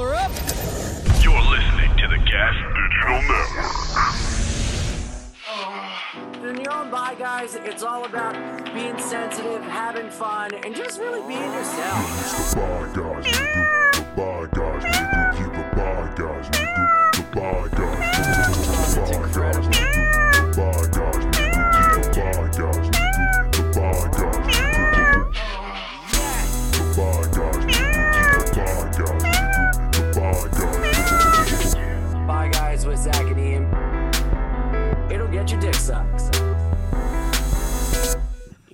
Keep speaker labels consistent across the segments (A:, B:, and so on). A: her up.
B: You're listening to the Gas Digital Network.
C: In your own bye, guys, it's all about being sensitive, having fun, and just really being yourself.
D: The bad guys, we do. The bad guys, we do. Yeah, the bad guys, we do. The bad guys, we do. The bad guys, we do. The bad guys, we do. Yeah, the bad guys, we do. The bad guys, we do. The bad guys, we do. Yeah, the bad guys, we do. The bad guys, we do.
C: Bye, guys, with Zach and Ian. It'll get your dick sucked.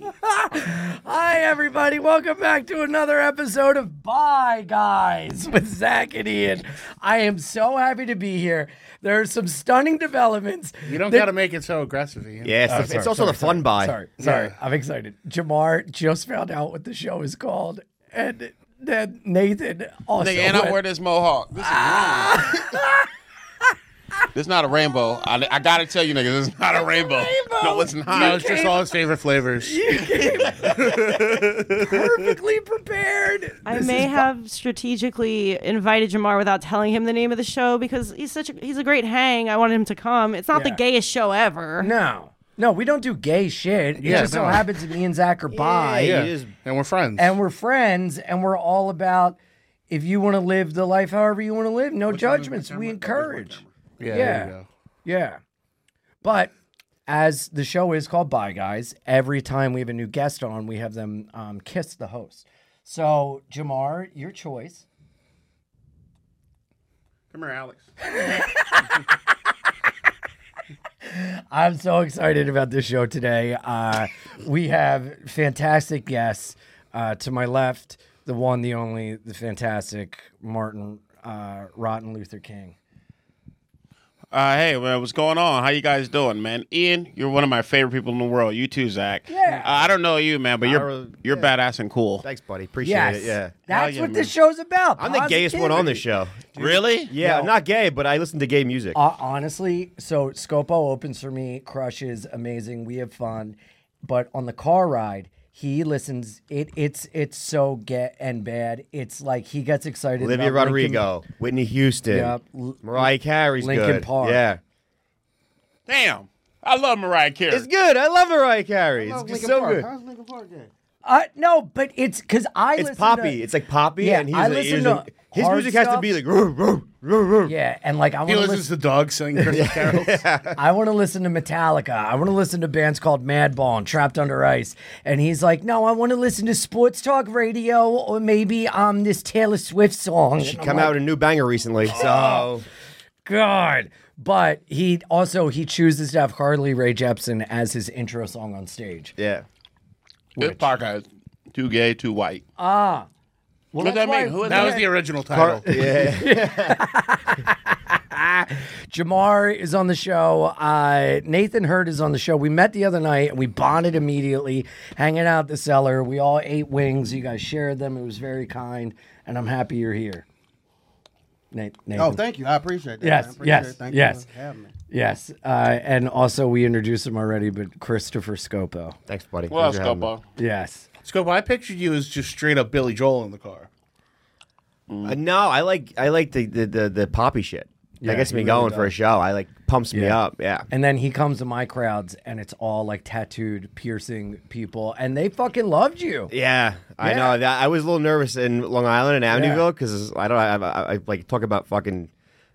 A: Hi, everybody. Welcome back to another episode of Bye Guys with Zach and Ian. I am so happy to be here. There are some stunning developments.
E: You don't
A: that-
E: got to make it so aggressive. Ian.
F: Yeah, it's,
E: Oh,
F: the-
E: sorry,
F: it's also
E: sorry,
F: the fun buy.
A: Uh, Sorry, sorry. I'm excited. Jamar just found out what the show is called, and then Nathan also.
G: Nigga, and I
A: went-
G: wear this mohawk. This is wrong. this not a rainbow. I, I gotta tell you, niggas, it's not a rainbow. No, it's not.
E: No, it's just all his favorite flavors.
A: perfectly prepared.
H: I may have strategically invited Jamar without telling him the name of the show because he's such a, he's a great hang. I wanted him to come. It's not
A: Yeah.
H: the gayest show ever.
A: No, no, we don't do gay shit. It
E: Yeah,
A: just so
E: no.
A: happens that me and Zach are bi.
E: Yeah, and we're friends.
A: and we're friends and we're all about if you want to live the life however you want to live no judgments we encourage
E: yeah,
A: yeah.
E: There you go.
A: yeah but as the show is called bye guys every time we have a new guest on we have them um, kiss the host so jamar your choice
E: Come here, Alex.
A: i'm so excited about this show today uh, we have fantastic guests uh, to my left the one the only the fantastic martin uh, rotten luther king
G: Uh, hey, well, what's going on? How you guys doing, man? Ian, you're one of my favorite people in the world. You too, Zach.
A: Yeah.
G: Uh, I don't know you, man, but you're
F: really-
G: you're badass and cool.
F: Thanks, buddy. Appreciate
A: Yes.
F: it. Yeah.
A: That's
G: Hell yeah,
A: what
G: man.
A: this show's about.
F: I'm the gayest one on this show.
G: Really?
F: Yeah, I'm not gay, but I listen to gay music.
A: Uh, honestly, so Scopo opens for me, crushes, amazing. We have fun. But on the car ride, he listens. It it's it's so get and bad. It's like he gets excited.
F: Olivia
A: about
F: Rodrigo, Whitney Houston,
A: uh, Yep. L-
F: Mariah Carey's
A: Linkin
F: good.
A: Park.
F: Yeah.
G: Damn. I love Mariah Carey.
F: It's good. I love Mariah Carey. It's just so good.
E: How's Lincoln Park gay?
A: Linkin- uh, no, but it's because I.
F: It's
A: listen
F: poppy.
A: To,
F: it's like poppy,
A: Yeah,
F: and he's
A: I
F: like,
A: listen
F: he's
A: to
F: like- his
A: hard
F: music has to
A: stuff.
F: be like. "Roo, roo, roo, roo."
A: yeah, and like I
E: He
A: want to
E: listens
A: listen.
E: to dogs sing Christmas carols.
A: I want to listen to Metallica. I want to listen to bands called Madball and Trapped Under Ice. And he's like, no, I want to listen to sports talk radio or maybe um this Taylor Swift song.
F: She
A: And I'm
F: come
A: like,
F: out with a new banger recently, so
A: God. But he also he chooses to have Harley Ray Jepsen as his intro song on stage.
F: yeah.
G: This podcast. Too gay, too white.
A: Well,
G: What does
A: that's
G: that
A: why-
G: mean? Who is
E: That
G: that?
E: was the original title.
F: Yeah,
A: Jamar is on the show. Uh, Nathan Hurd is on the show. We met the other night and we bonded immediately, hanging out at the cellar. We all ate wings. You guys shared them. It was very kind, and I'm happy you're here. Nate, Nathan.
I: Oh, thank you. I appreciate that. man.
A: Yes,
I: I appreciate
A: yes,
I: it. Thank
A: yes.
I: you for having me.
A: yes. Uh, and also, we introduced him already, but Christopher Scopo.
F: thanks, buddy.
G: What else,
F: Thanks for having me.
G: Scopo?
A: Yes.
E: Scope, I pictured you as just straight up Billy Joel in the car.
F: Uh, no, I like I like the the the, the poppy shit.
A: Yeah,
F: that gets
A: he
F: me going for a show. I like pumps me
A: Yeah.
F: up. Yeah.
A: And then he comes to my crowds, and it's all like tattooed, piercing people, and they fucking loved you.
F: Yeah, I
A: Yeah.
F: know. That I was a little nervous in Long Island and Amityville because I don't. I, I, I like talk about fucking.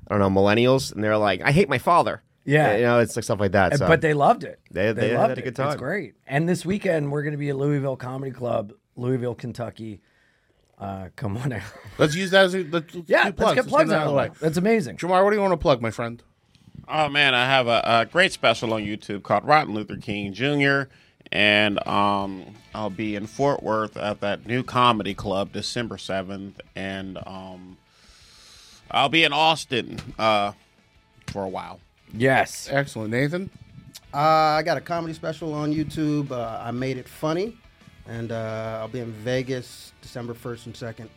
F: I don't know millennials, and they're like, "I hate my father."
A: Yeah.
F: you know, it's like stuff like that. So.
A: But they loved it.
F: They- they had
A: loved
F: a
A: it.
F: good time.
A: It's great. And this weekend we're going to be at Louisville Comedy Club, Louisville, Kentucky. Uh, come on out.
E: Let's use that as a, let's, let's
A: Yeah,
E: do
A: let's get plugs
E: that
A: out of the way. That's amazing.
E: Jamar, what do you want to plug, my friend?
G: Oh man, I have a, a great special on YouTube called Rotten Luther King Jr. And um, I'll be in Fort Worth at that new comedy club December seventh, and um,
J: I'll be in Austin uh, for a while.
A: Yes.
G: Excellent, Nathan.
D: Uh, I got a comedy special on YouTube. Uh, I made it funny, and uh, I'll be in Vegas December first and second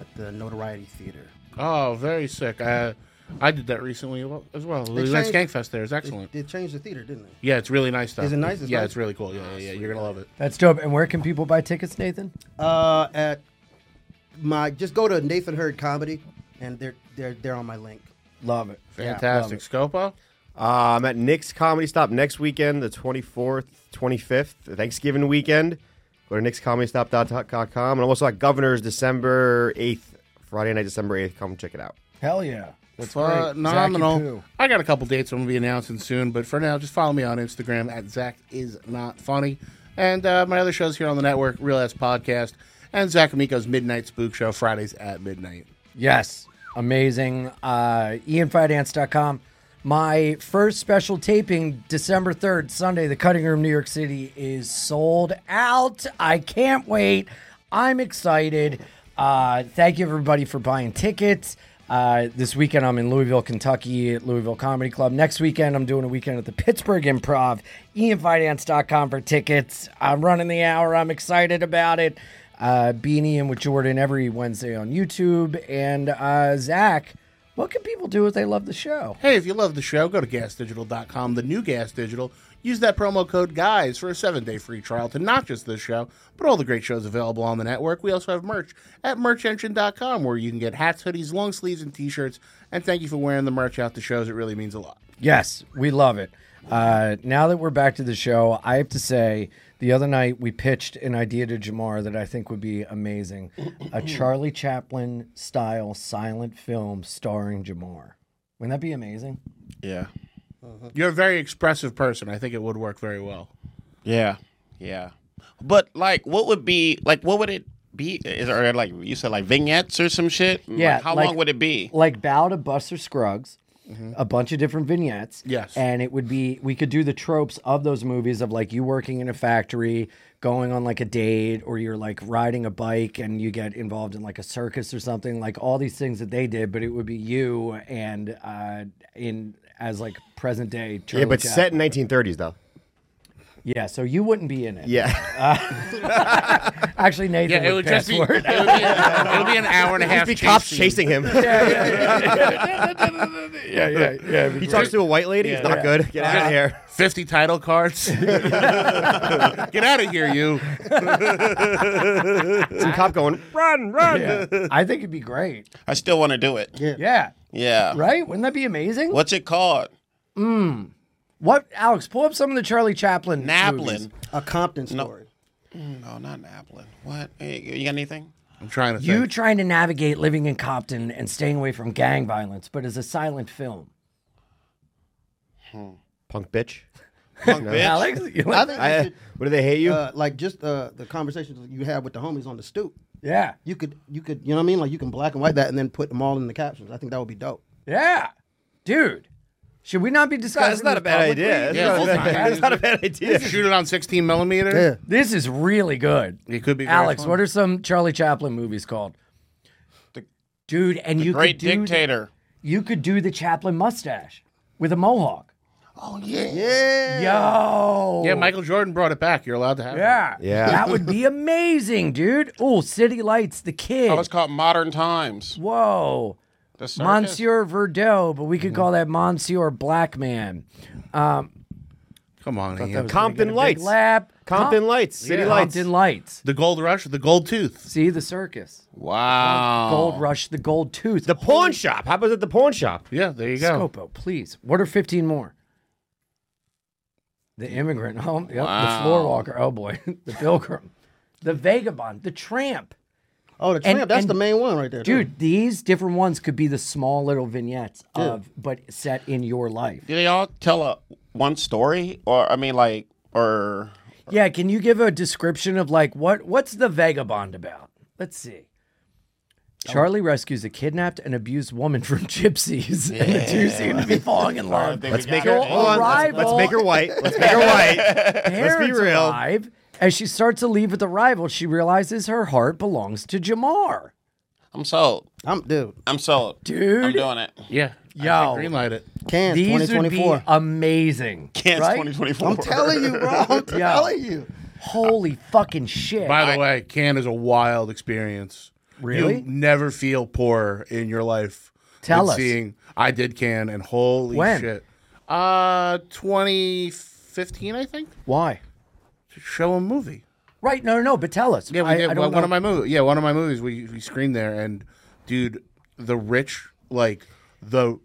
D: at the Notoriety Theater.
G: Oh, very sick. I I did that recently as well.
D: They
G: That's
D: changed-
G: Gangfest there is excellent.
D: They, they changed the theater, didn't they?
G: Yeah, it's really nice stuff.
D: Is it nice? It's
G: yeah,
D: nice?
G: it's really cool. Yeah, yeah, yeah. You're gonna love it.
A: That's dope. And where can people buy tickets, Nathan?
D: Uh, at my just go to Nathan Hurd Comedy, and they're they're they're on my link.
A: Love it.
G: Fantastic. Scopo?
F: Uh, I'm at Nick's Comedy Stop next weekend, the 24th, 25th, Thanksgiving weekend. Go to nickscomedystop.com. And I'm also at Governor's December 8th, Friday night, December 8th. Come check it out.
A: Hell yeah. That's great. Zacky Poo.
G: Phenomenal. I got a couple dates I'm gonna be announcing soon, but for now, just follow me on Instagram at Zach is not funny, and uh, my other shows here on the network, Real Ass Podcast, and Zach Amico's Midnight Spook Show Fridays at midnight.
A: Yes. Amazing. Uh, IanFinance.com. My first special taping, December 3rd, Sunday, the Cutting Room, New York City, is sold out. I can't wait. I'm excited. Uh, thank you, everybody, for buying tickets. Uh, this weekend, I'm in Louisville, Kentucky at Louisville Comedy Club. Next weekend, I'm doing a weekend at the Pittsburgh Improv. IanFinance.com for tickets. I'm running the hour. I'm excited about it uh, Beanie and with Jordan every Wednesday on YouTube. And uh, Zach, what can people do if they love the show?
G: Hey, if you love the show, go to gasdigital.com, the new Gas Digital. Use that promo code GUYS for a seven day free trial to not just this show, but all the great shows available on the network. We also have merch at merchengine.com where you can get hats, hoodies, long sleeves, and t shirts. And thank you for wearing the merch out the shows. It really means a lot.
A: Yes, we love it. Uh, now that we're back to the show, I have to say, the other night we pitched an idea to Jamar that I think would be amazing a Charlie Chaplin style silent film starring Jamar. Wouldn't that be amazing?
J: Yeah.
G: You're a very expressive person. I think it would work very well.
J: Yeah. Yeah. But like, what would be like? What would it be? Is there like you said like vignettes or some shit?
A: Mm. Yeah,
J: Like, how
A: like-
J: long would it be? Mm-hmm.
A: Like bow to Buster Scruggs, a bunch of different vignettes.
J: Yes.
A: And it would be we could do the tropes of those movies of like you working in a factory, going on like a date, or you're like riding a bike and you get involved in like a circus or something, like all these things that they did, but it would be you and uh in as like present day Charlie
F: yeah, but
A: Chaplin.
F: set in 1930s, though.
A: Yeah, so you wouldn't be in it.
F: Yeah.
A: Actually Nathan
G: Yeah, it would just be, it would be, it would be an hour and a half.
F: Just be
G: chase
F: cops
G: scene.
F: chasing him.
A: yeah, yeah, yeah.
F: he talks to a white lady. He's not good. Get out of here.
G: 50 title cards. Get out of here, you.
F: Some cop going, run, run.
A: I think it'd be great.
J: I still want to do it. Yeah.
A: Yeah. Right? Wouldn't that be amazing?
J: What's it called?
A: What, Alex? Pull up some of the Charlie Chaplin. movies.
J: Naplin.
D: A Compton story.
J: No, not Naplin. What? Hey, you got anything?
G: I'm trying to
A: You
G: think.
A: trying to navigate living in Compton and staying away from gang violence, but as a silent film.
F: Punk bitch.
J: Punk bitch.
A: Alex, you
D: I
A: like-
D: think
F: I,
D: you
F: what do they hate
D: should,
F: you?
D: uh, like just uh, the conversations that you had with the homies on the stoop.
A: yeah,
D: You could you could you know what I mean? Like you can black and white that and then put them all in the captions. I think that would be dope.
A: yeah, dude. Should we not be discussing?
F: That's not
A: this
F: a bad
A: publicly?
F: idea. That's,
G: Yeah,
F: not, a
G: full
F: bad,
G: time.
F: that's not a bad idea.
G: Shoot it on 16 millimeter.
A: This is really good.
G: It could be very
A: Alex,
G: fun.
A: what are some Charlie Chaplin movies called? dude, and you
J: Great
A: could do the-
J: dictator.
A: you could do the Chaplin mustache with a mohawk.
J: Oh yeah.
A: Yo.
G: Yeah, Michael Jordan brought it back. You're allowed to have it.
A: Yeah.
F: Yeah.
A: That would be amazing, dude. Oh, City Lights, the kid.
J: Oh, it's called Modern Times.
A: Whoa.
J: The circus.
A: Monsieur Verdot, but we
F: Mm-hmm.
A: could call that Monsieur Black Man.
G: Come on, Ian.
F: Compton Lights.
A: Lap.
F: Compton
A: Com-
F: Lights. City
A: Yeah.
F: Lights.
A: Compton Lights.
G: The Gold Rush, the Gold Tooth.
A: See the circus.
J: Wow.
A: Gold Rush, the Gold Tooth.
F: Oh. The pawn shop. How about at the pawn shop?
G: Yeah, there you go.
A: Scopo, please. What are 15 more? The immigrant. Oh, yep. The floor walker. Oh, boy. the pilgrim. The vagabond. The tramp.
D: Oh, the
A: And-
D: tramp. that's
A: and-
D: the main one right there, too.
A: Dude, these different ones could be the small little vignettes of, but set in your life.
J: Do they all tell a one story, or I mean, like, or
A: Yeah, can you give a description of like what what's the vagabond about? Let's see.
J: Oh.
A: Charlie rescues a kidnapped and abused woman from gypsies, and the two seem to be falling in love.
F: Let's make her.
A: Your
F: Hold on. Let's,
A: arrival-
F: let's make her white. Let's make her white.
A: Parents
F: real.
A: arrive. As she starts to leave with the rival, she realizes her heart belongs to Jamar.
J: I'm sold.
D: I'm dude.
J: I'm sold.
A: Dude.
J: I'm doing it.
G: Yeah.
A: Yo.
G: Green light it.
D: Can't
A: These would be
D: 2024.
A: amazing.
J: Can't
A: right?
J: 2024.
D: I'm telling you, bro. I'm
A: Yeah.
D: telling you.
A: Holy fucking shit.
G: By the way, Can is a wild experience.
A: Really?
G: You never feel poor in your life.
A: Tell
G: than
A: us.
G: Seeing I did Can and holy
A: When?
G: shit. Uh, 2015, I think.
A: Why?
G: Show a movie.
A: Right, no, no, no, but tell us.
G: Yeah, we
A: I,
G: did
A: I
G: one,
A: don't
G: one
A: know.
G: of my movies. Yeah, one of my movies. We we screened there, and dude, the rich like the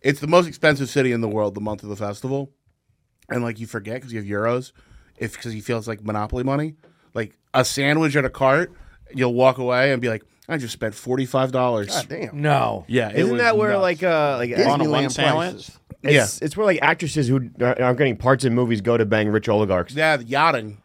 G: it's the most expensive city in the world. The month of the festival, and like you forget because you have euros, if because you feel it's like monopoly money. Like a sandwich at a cart, you'll walk away and be like, I just spent forty five dollars.
D: God damn.
A: No.
G: Yeah, it
F: Isn't
G: was
F: that where
G: nuts.
F: like uh like
J: On a
D: Disneyland
J: one sandwich.
D: prices.
F: it's, it's where like actresses who aren't aren't getting parts in movies go to bang rich oligarchs.
G: yeah the yachting.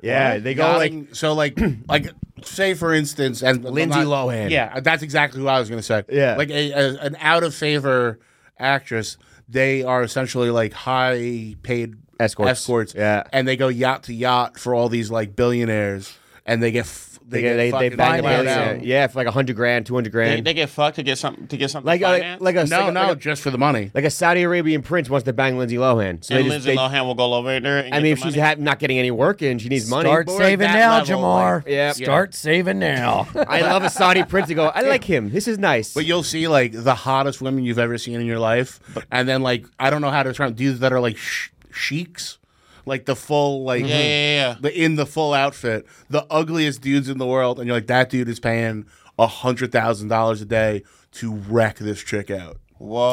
F: Yeah, they go like
G: Yachting- so like like say for instance and
F: Lindsay Lohan.
G: Yeah, that's exactly what I was gonna say.
F: Yeah.
G: like a, a, an out of favor actress. They are essentially like high paid
F: Escorts.
G: escorts.
F: Yeah.
G: and they go yacht to yacht for all these like billionaires, and they get f- they,
F: they
G: get,
F: they, they
G: fucking
F: bang
G: bought
F: them
G: out.
F: out. Yeah, for like hundred grand, two hundred
J: They,
F: grand.
J: they get fucked to get something to get something.
F: like a
J: financed?
F: like a
G: No,
F: like a-
G: no,
F: like a,
G: just for the money.
F: like a Saudi Arabian prince wants to bang Lindsay Lohan. So
J: and
F: they just,
J: Lindsay
F: they,
J: Lohan will go over there. And
F: I
J: get
F: mean,
J: the
F: if she's
J: money.
F: ha- not getting any work in, she needs money.
A: Start
F: But we're at
A: saving
F: that
A: now,
F: level,
A: Jamar.
F: like- yeah.
A: Start saving now.
F: I love a Saudi prince to go. I like him. This is nice.
G: But you'll see like the hottest women you've ever seen in your life, and then like I don't know how to describe dudes that are like sh- sheiks, like the full like
J: Yeah, yeah, yeah.
G: the in the full outfit, the ugliest dudes in the world, and you're like that dude is paying a hundred thousand dollars a day to wreck this chick out.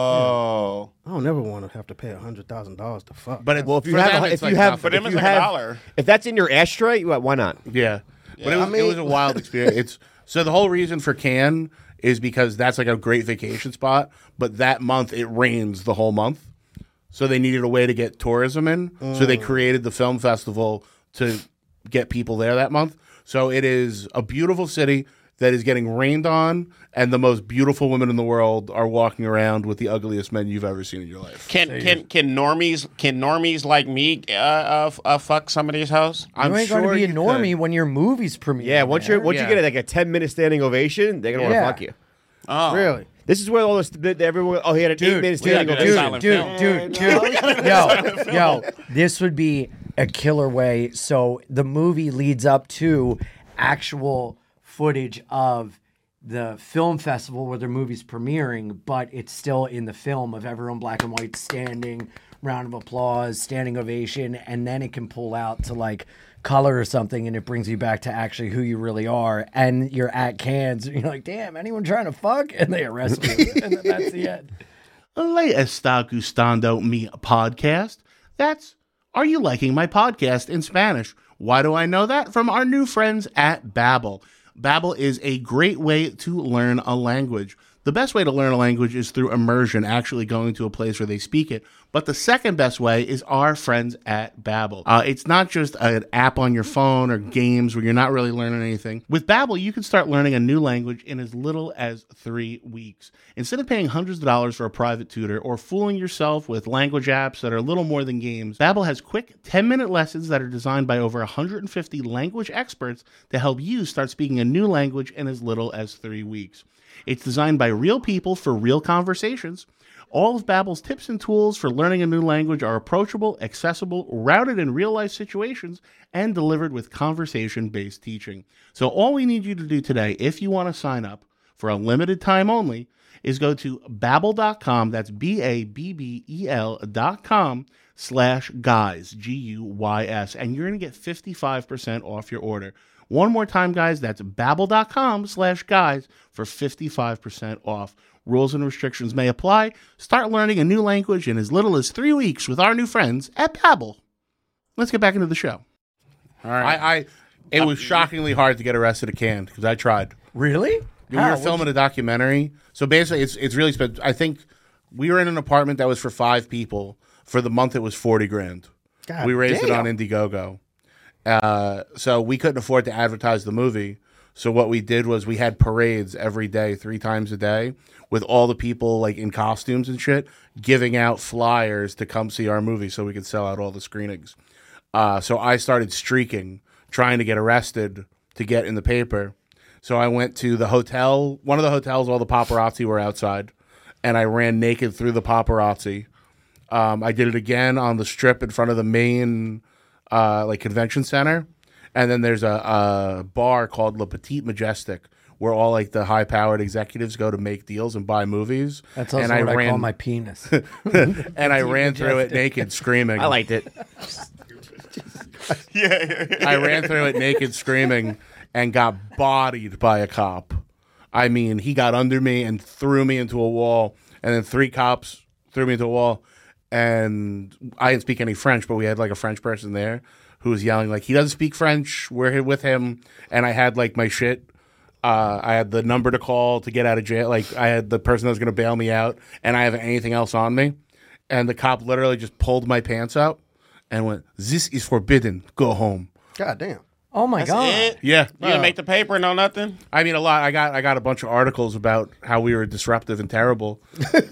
J: Whoa.
D: I don't ever want to have to pay hundred thousand dollars to fuck.
G: But it,
F: well, if you
G: for
F: have,
G: them,
F: a,
G: it's
F: if
G: like
F: you have,
J: For
G: nothing.
J: them,
F: if
J: it's
F: you
J: like a
F: have-
J: dollar.
F: If that's in your ashtray, why why not?
G: Yeah. But it was, it
D: mean-
G: was a wild experience. It's so the whole reason for Cannes is because that's like a great vacation spot, but that month it rains the whole month. So they needed a way to get tourism in. So they created the film festival to get people there that month. So it is a beautiful city that is getting rained on and the most beautiful women in the world are walking around with the ugliest men you've ever seen in your life.
J: Can can can normies can normies like me uh, uh, f- uh fuck somebody's house?
G: I'm
A: you ain't going to be a
G: you could.
A: normie when your movie's premiere.
F: Yeah, once you once
G: Yeah.
F: you get like a ten minute standing ovation, they're gonna
A: Yeah.
F: want to fuck you.
J: Oh,
D: really,
F: This is where all this the, everyone. Oh, he had an eight minute
J: we gotta
F: standing
J: do that silent
F: ovation.
A: dude,
J: film.
A: dude, dude, yo, yo, this would be a killer way. So the movie leads up to actual footage of the film festival where their movie's premiering, but it's still in the film of everyone black and white standing, round of applause, standing ovation, and then it can pull out to like color or something and it brings you back to actually who you really are and you're at cans and you're like damn anyone trying to fuck and they arrest you and then that's the end
G: Lay está gustando mi podcast? That's Are you liking my podcast in Spanish? Why do I know that? From our new friends at Babbel. Babbel is a great way to learn a language. The best way to learn a language is through immersion, actually going to a place where they speak it. But the second best way is our friends at Babbel. Uh, it's not just an app on your phone or games where you're not really learning anything. With Babbel, you can start learning a new language in as little as three weeks. Instead of paying hundreds of dollars for a private tutor or fooling yourself with language apps that are little more than games, Babbel has quick 10-minute lessons that are designed by over 150 language experts to help you start speaking a new language in as little as three weeks. It's designed by real people for real conversations. All of Babbel's tips and tools for learning a new language are approachable, accessible, routed in real-life situations, and delivered with conversation-based teaching. So all we need you to do today, if you want to sign up for a limited time only, is go to babbel.com, that's B-A-B-B-E-L E dot com slash guys, G-U-Y-S, and you're going to get 55% off your order. One more time, guys, that's babbel.com slash guys for 55% off. Rules and restrictions may apply. Start learning a new language in as little as three weeks with our new friends at Babbel. Let's get back into the show. Uh,
J: All right.
G: I, I it was shockingly hard to get arrested at Cannes because I tried.
A: Really?
G: We were filming a documentary, so basically, it's it's really spent. I think we were in an apartment that was for five people. For the month, it was forty grand.
D: God
G: we raised it on
D: damn.
G: Indiegogo, uh, so we couldn't afford to advertise the movie. So what we did was we had parades every day, three times a day, with all the people like in costumes and shit, giving out flyers to come see our movie, so we could sell out all the screenings. Uh, so I started streaking, trying to get arrested to get in the paper. So I went to the hotel, one of the hotels, all the paparazzi were outside, and I ran naked through the paparazzi. Um, I did it again on the strip in front of the main uh, like convention center, and then there's a, a bar called Le Petit Majestic where all like the high powered executives go to make deals and buy movies.
A: That's
G: and
A: also what I call my penis.
G: and I
A: Petit
G: ran through it
A: Majestic.
G: naked, screaming.
A: I liked it.
J: yeah, yeah.
G: I ran through it naked, screaming, and got bodied by a cop. I mean, he got under me and threw me into a wall, and then three cops threw me into a wall. And I didn't speak any French, but we had like a French person there who was yelling like he doesn't speak French. We're here with him, and I had like my shit. Uh, I had the number to call to get out of jail. Like I had the person that was going to bail me out, and I have anything else on me. And the cop literally just pulled my pants out and went, "This is forbidden. Go home."
D: God damn.
A: Oh my
J: That's
A: god.
J: it?
G: Yeah.
J: You didn't make the paper, no nothing.
G: I mean, a lot. I got I got a bunch of articles about how we were disruptive and terrible,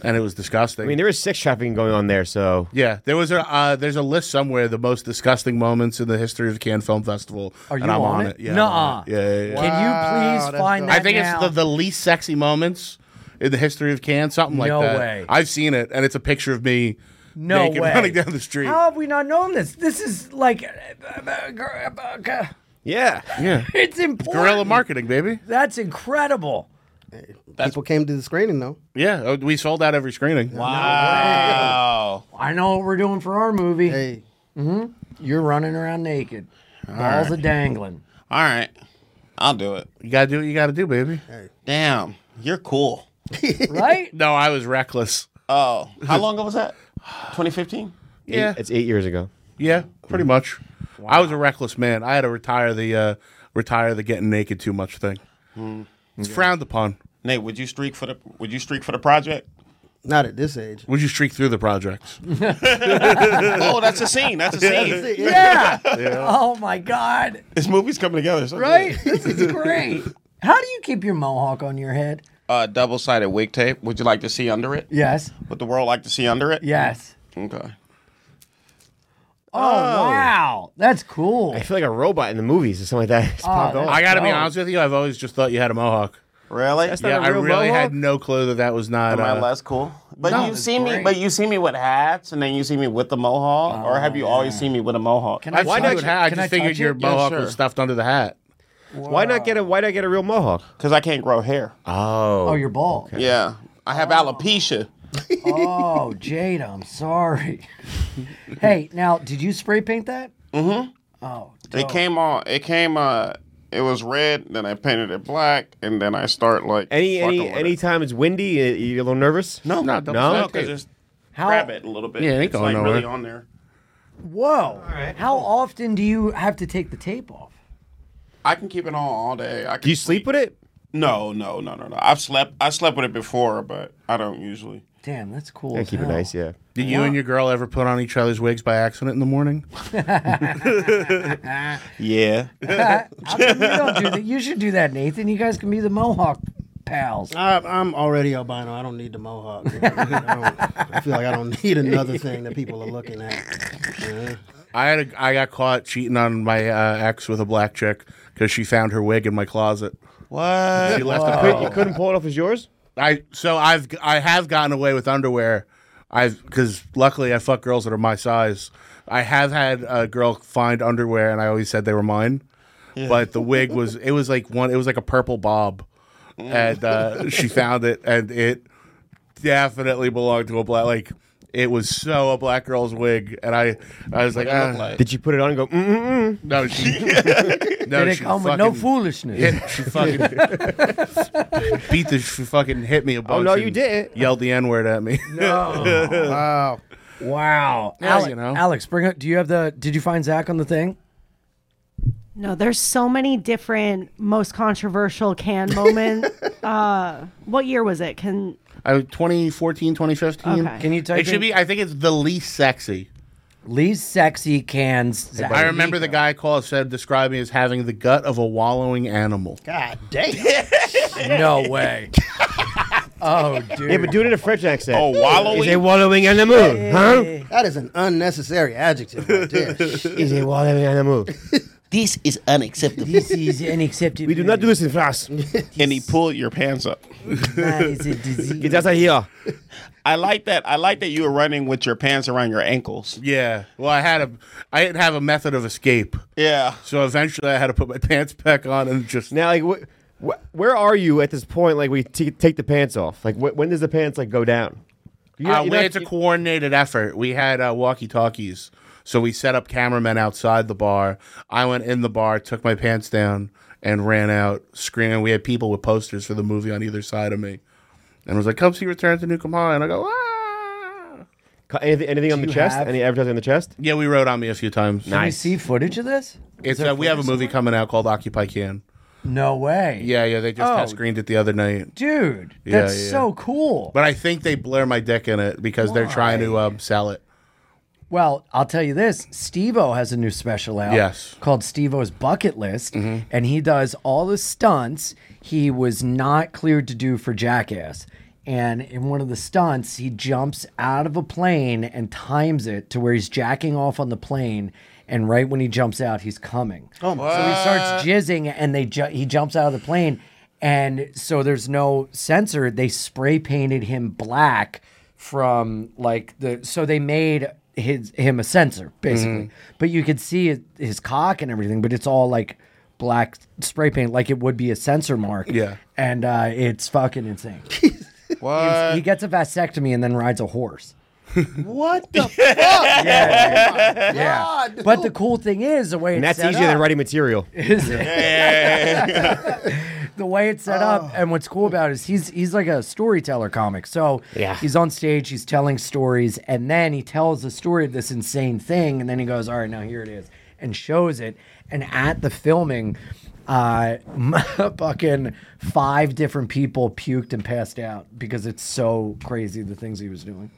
G: and it was disgusting.
F: I mean, there is sex trafficking going on there, so
G: yeah, there was a uh, there's a list somewhere the most disgusting moments in the history of the Cannes Film Festival.
A: Are you
G: and I'm
A: on
G: on
A: it?
G: it? Yeah, I'm
A: Nuh-uh.
G: on it. Yeah, yeah,
A: Can
G: yeah.
A: you please
D: that's
A: find
D: dope.
A: that
G: I think
A: now?
G: it's the, the least sexy moments in the history of Cannes, something like
A: No
G: that.
A: way.
G: I've seen it, and it's a picture of me
A: no
G: naked
A: way.
G: running down the street.
A: How have we not known this? This is like, uh, it's
F: yeah.
G: Yeah,
A: uh, important.
G: guerrilla marketing, baby.
A: That's incredible.
D: People came to the screening though.
G: Yeah, uh, we sold out every screening.
J: Wow.
A: I know what we're doing for our movie. Mm-hmm.
D: Hey,
A: You're running around naked, balls a dangling.
J: All right. I'll do it.
G: You gotta do what you gotta do, baby.
J: Damn. You're cool.
A: Right?
G: No, I was reckless.
J: Oh. How long ago was that? 2015?
G: Yeah,
F: Eight- it's eight years ago.
G: Yeah, pretty much. I was a reckless man. I had to retire the uh, retire the getting naked too much thing. It's frowned upon.
J: Nate, would you streak for the would you streak for the project?
D: not at this age.
G: Would you streak through the projects?
J: oh, that's a scene. That's a scene.
A: Yeah. Oh my god.
J: this movie's coming together. so good.
A: Right? This is great. How do you keep your mohawk on your head?
J: Uh, double sided wig tape. Would you like to see under it?
A: Yes.
J: Would the world like to see under it?
A: Yes.
J: Okay.
A: Oh, wow. That's cool.
F: I feel like a robot in the movies or something like that. It's popped
A: that's-
F: off.
G: I got to be
A: Oh.
G: honest with you. I've always just thought you had a mohawk.
J: Really?
F: That's
G: Yeah,
F: not a
G: I
F: real
G: really
F: mohawk?
G: had no clue that that was not.
J: Am I
G: uh,
J: less cool? But
G: No,
J: you
G: it's
J: see me,
A: great.
J: but you see me with hats, and then you see me with the mohawk, or have you always seen me with a mohawk?
A: Can
G: I've
A: Why
G: seen you
A: not-
G: with hat. I
A: can
G: just
A: I
G: figured
A: touch
G: your
A: it?
J: Yeah,
G: mohawk
J: sure.
G: was stuffed under the hat.
F: Why not get a Why not get a real mohawk?
J: Because I can't grow hair.
F: Oh,
A: oh, you're bald.
J: Yeah, I have alopecia.
A: Oh, Jade, I'm sorry. hey, now, did you spray paint that? Mm-hmm. Oh,
J: It came on. It came. Uh, it was red. Then I painted it black, and then I start like
F: any
J: fucking
F: any
J: with it.
F: anytime it's windy, you- you're a little nervous.
J: No, no,
G: No, double
F: No?
G: sided
J: because
G: tape.
J: just
A: How-
J: grab it a little bit.
G: Yeah, it ain't
J: it's
G: going
J: like really
G: nowhere.
J: on there.
A: whoa. How often do you have to take the tape off?
J: I can keep it on all day. I can
F: Do you sleep with it?
J: No, no, no, no, no. I've slept. I slept with it before, but I don't usually.
A: Damn, that's cool.
F: Yeah,
A: as
F: keep it
A: hell.
F: nice. Yeah.
G: Did you and your girl ever put on each other's wigs by accident in the morning?
J: Yeah.
A: How come you don't do that? You should do that, Nathan. You guys can be the Mohawk pals.
D: I, I'm already albino. I don't need the mohawk. you know. I, don't, I feel like I don't need another thing that people are looking at. Yeah.
G: I had a, I got caught cheating on my uh, ex with a black chick because she found her wig in my closet.
J: What?
G: She left a
F: Could- you couldn't pull it off as yours.
G: I so I've I have gotten away with underwear. I've because luckily I fuck girls that are my size. I have had a girl find underwear, and I always said they were mine. But the wig was it was like one it was like a purple bob, and uh, she found it, and it definitely belonged to a black like. It was so a black girl's wig, and I, I was like, ah.
F: Did you put it on and go? Mm mm mm.
G: no, she, no,
A: Did it
G: she
A: come with no
G: fucking
A: foolishness?
G: hit- she fucking beat the, she fucking hit me a bunch.
F: Oh, no, you
G: and
F: didn't.
G: Yelled the n word at me.
D: Wow.
A: Wow,
G: Yeah,
A: Alex,
G: you know.
A: Alex, bring up. Do you have the? Did you find Zach on the thing?
H: No, there's so many different most controversial can moment. uh, what year was it? Can
G: I 2014, 2015.
H: Okay.
A: Can you type
G: It should
A: in-
G: be. I think it's the least sexy.
A: Least sexy cans. Zach.
G: I remember the guy called said describe me as having the gut of a wallowing animal.
D: God damn.
A: No way. oh, dude.
F: Yeah, but do it in a French accent.
J: Oh,
F: Is it
J: wallowing.
F: wallowing in the moon? Huh?
D: That is an unnecessary adjective right there.
F: Is it wallowing in the moon?
B: This is unacceptable.
A: This is unacceptable.
F: We do not do this in France.
J: and he pulled your pants up.
F: Get out of here.
J: I like that. I like that you were running with your pants around your ankles.
G: Yeah. Well, I had a, I didn't have a method of escape.
J: Yeah.
G: So eventually, I had to put my pants back on and just
F: now like what. Wh- where are you at this point? Like we t- take the pants off. Like wh- when does the pants like go down? You're-
G: uh,
F: you're
G: we-
F: not-
G: it's a coordinated effort. We had uh, walkie talkies, so we set up cameramen outside the bar. I went in the bar, took my pants down, and ran out screaming. We had people with posters for the movie on either side of me, and was like, "Come see Return to New Kamala," and I go, "Ah."
F: Ca- Anything, anything on
G: Do
F: the
G: you
F: chest?
G: have-
F: Any advertising on the chest?
G: Yeah, we rode on me a few times.
F: Can we Nice.
A: see footage of this?
G: It's uh, we have a movie coming out called Occupy Can.
A: No way.
G: Yeah, yeah, they just
A: Oh.
G: had screened it the other night.
A: Dude,
G: Yeah,
A: that's
G: yeah.
A: so cool.
G: But I think they blur my dick in it because they're trying to um, sell it.
A: Well, I'll tell you this Steve O has a new special out
G: Yes.
A: called Steve O's Bucket List, and he does all the stunts he was not cleared to do for Jackass. And in one of the stunts, he jumps out of a plane and times it to where he's jacking off on the plane. And right when he jumps out, he's coming. Oh,
C: my-
A: so he starts jizzing, and they ju- he jumps out of the plane, and so there's no censor. They spray painted him black from like the so they made his him a censor basically,
C: Mhm.
F: Mm-hmm.
A: but you could see his, his cock and everything, but it's all like black spray paint, like it would be a censor mark.
G: Yeah.
A: and uh, it's fucking insane. He gets a vasectomy and then rides a horse.
G: What
D: the fuck? Oh
A: Yeah, yeah. But the cool thing is the way
F: And
A: it's
F: that's
A: set
F: easier
A: up-
F: than writing material.
A: Is it? the way it's set
D: Oh.
A: up and what's cool about it is he's he's like a storyteller comic. So
F: Yeah.
A: he's on stage, he's telling stories, and then he tells the story of this insane thing, and then he goes, All right, now here it is, and shows it. And at the filming, uh fucking five different people puked and passed out because it's so crazy the things he was doing.